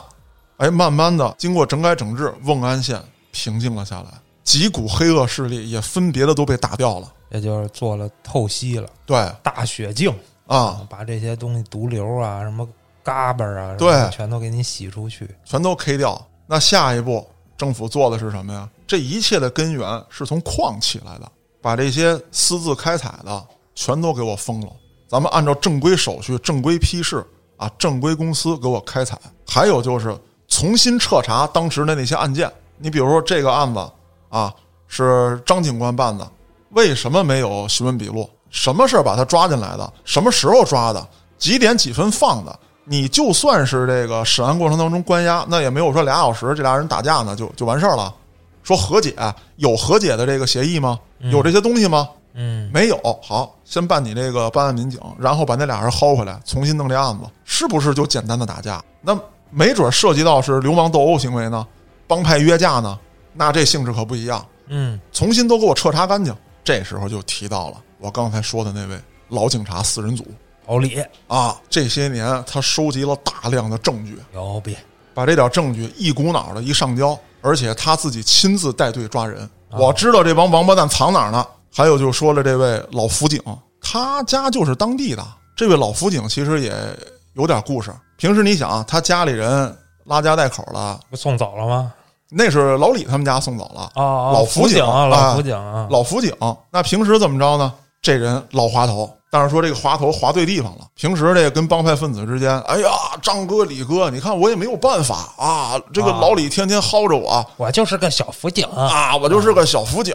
Speaker 1: 哎，慢慢的，经过整改整治，瓮安县平静了下来，几股黑恶势力也分别的都被打掉了。
Speaker 2: 也就是做了透析了，
Speaker 1: 对
Speaker 2: 大血镜哦
Speaker 1: 啊，
Speaker 2: 把这些东西毒瘤啊、什么嘎巴啊，什么
Speaker 1: 对
Speaker 2: 全都给你洗出去。
Speaker 1: 全都 K 掉。那下一步政府做的是什么呀？这一切的根源是从矿起来的，把这些私自开采的全都给我封了。咱们按照正规手续、正规批示啊，正规公司给我开采。还有就是重新彻查当时的那些案件。你比如说这个案子啊，是张警官办的，啊为什么没有询问笔录？什么事儿把他抓进来的？什么时候抓的？几点几分放的？你就算是这个审案过程当中关押，那也没有说俩小时这俩人打架呢就就完事儿了。说和解有和解的这个协议吗？有这些东西吗？
Speaker 2: 嗯，
Speaker 1: 没有，好，先办你这个办案民警，然后把那俩人薅回来，重新弄这案子，是不是就简单的打架？那没准涉及到是流氓斗殴行为呢，帮派约架呢，那这性质可不一样。
Speaker 2: 嗯，
Speaker 1: 重新都给我彻查干净。这时候就提到了我刚才说的那位老警察四人组
Speaker 2: 老李，
Speaker 1: 啊，这些年他收集了大量的证据，
Speaker 2: 牛逼，
Speaker 1: 把这点证据一股脑的一上交，而且他自己亲自带队抓人。我知道这帮王八蛋藏哪儿呢？还有就说了，这位老辅警，他家就是当地的。这位老辅警其实也有点故事。平时你想，啊他家里人拉家带口了，
Speaker 2: 不送走了吗？
Speaker 1: 那是老李他们家送走了。
Speaker 2: 啊啊，
Speaker 1: 老辅
Speaker 2: 辅
Speaker 1: 警
Speaker 2: 啊，
Speaker 1: 啊
Speaker 2: 老辅警啊，
Speaker 1: 老辅警，那平时怎么着呢？这人老滑头，但是说这个滑头滑对地方了。平时这跟帮派分子之间，哎呀，张哥、李哥，你看我也没有办法啊。这个
Speaker 2: 啊
Speaker 1: 老李天天薅着我，
Speaker 2: 我就是个小辅警啊，
Speaker 1: 啊，我就是个小辅警，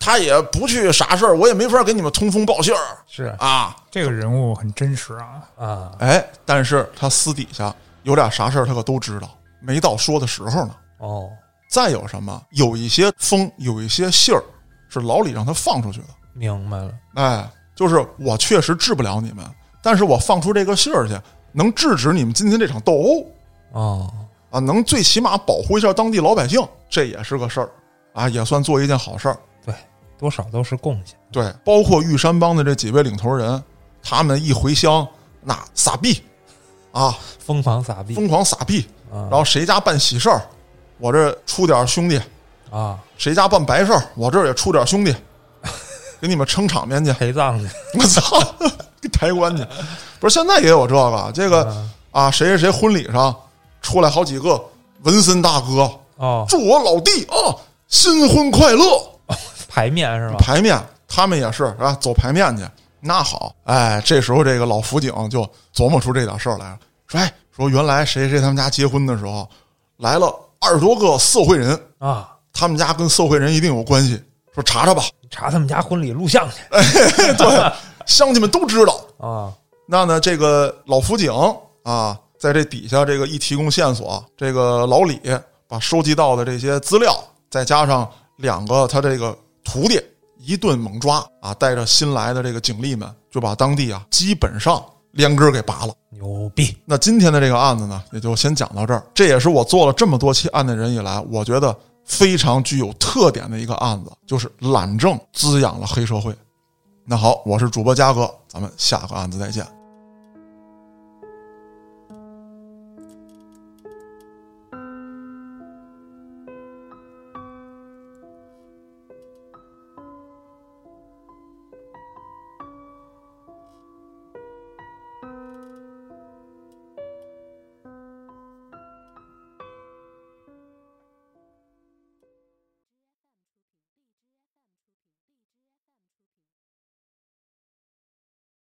Speaker 1: 他也不去啥事儿，我也没法给你们通风报信儿
Speaker 2: 是
Speaker 1: 啊。
Speaker 3: 这个人物很真实啊，
Speaker 2: 啊，
Speaker 1: 哎，但是他私底下有点啥事儿，他可都知道，没到说的时候呢。
Speaker 2: 哦，
Speaker 1: 再有什么，有一些风，有一些信儿，是老李让他放出去的。
Speaker 2: 明白了，
Speaker 1: 哎，就是我确实治不了你们，但是我放出这个信儿去，能制止你们今天这场斗殴
Speaker 2: 哦，
Speaker 1: 啊，能最起码保护一下当地老百姓，这也是个事儿啊，也算做一件好事儿。
Speaker 2: 对，多少都是贡献，
Speaker 1: 对，包括玉山帮的这几位领头人，他们一回乡，那撒币啊，
Speaker 2: 疯狂撒币
Speaker 1: 疯狂撒币，
Speaker 2: 啊
Speaker 1: 然后谁家办喜事儿，我这出点兄弟；
Speaker 2: 啊，
Speaker 1: 谁家办白事儿，我这儿也出点兄弟，给你们撑场面去。
Speaker 2: 陪葬去，
Speaker 1: 我操，给抬棺去！不是现在也有这个，这个啊，谁谁谁婚礼上出来好几个纹身大哥，
Speaker 2: 哦，
Speaker 1: 祝我老弟啊新婚快乐。
Speaker 2: 牌面是吧？
Speaker 1: 排面，他们也是啊，走排面去。那好，哎，这时候这个老辅警就琢磨出这点事儿来了，说，哎，说原来谁谁他们家结婚的时候来了二十多个社会人，
Speaker 2: 啊，
Speaker 1: 他们家跟社会人一定有关系，说查查吧，
Speaker 2: 你查他们家婚礼录像去
Speaker 1: 乡亲们都知道。
Speaker 2: 啊，
Speaker 1: 那呢，这个老辅警啊，在这底下这个一提供线索，这个老李把收集到的这些资料，再加上两个他这个徒弟一顿猛抓啊，带着新来的这个警力们，就把当地啊基本上连根儿给拔了。
Speaker 2: 牛逼，
Speaker 1: 那今天的这个案子呢，也就先讲到这儿。这也是我做了这么多期案内人以来，我觉得非常具有特点的一个案子，就是懒政滋养了黑社会。那好，我是主播嘉哥，咱们下个案子再见。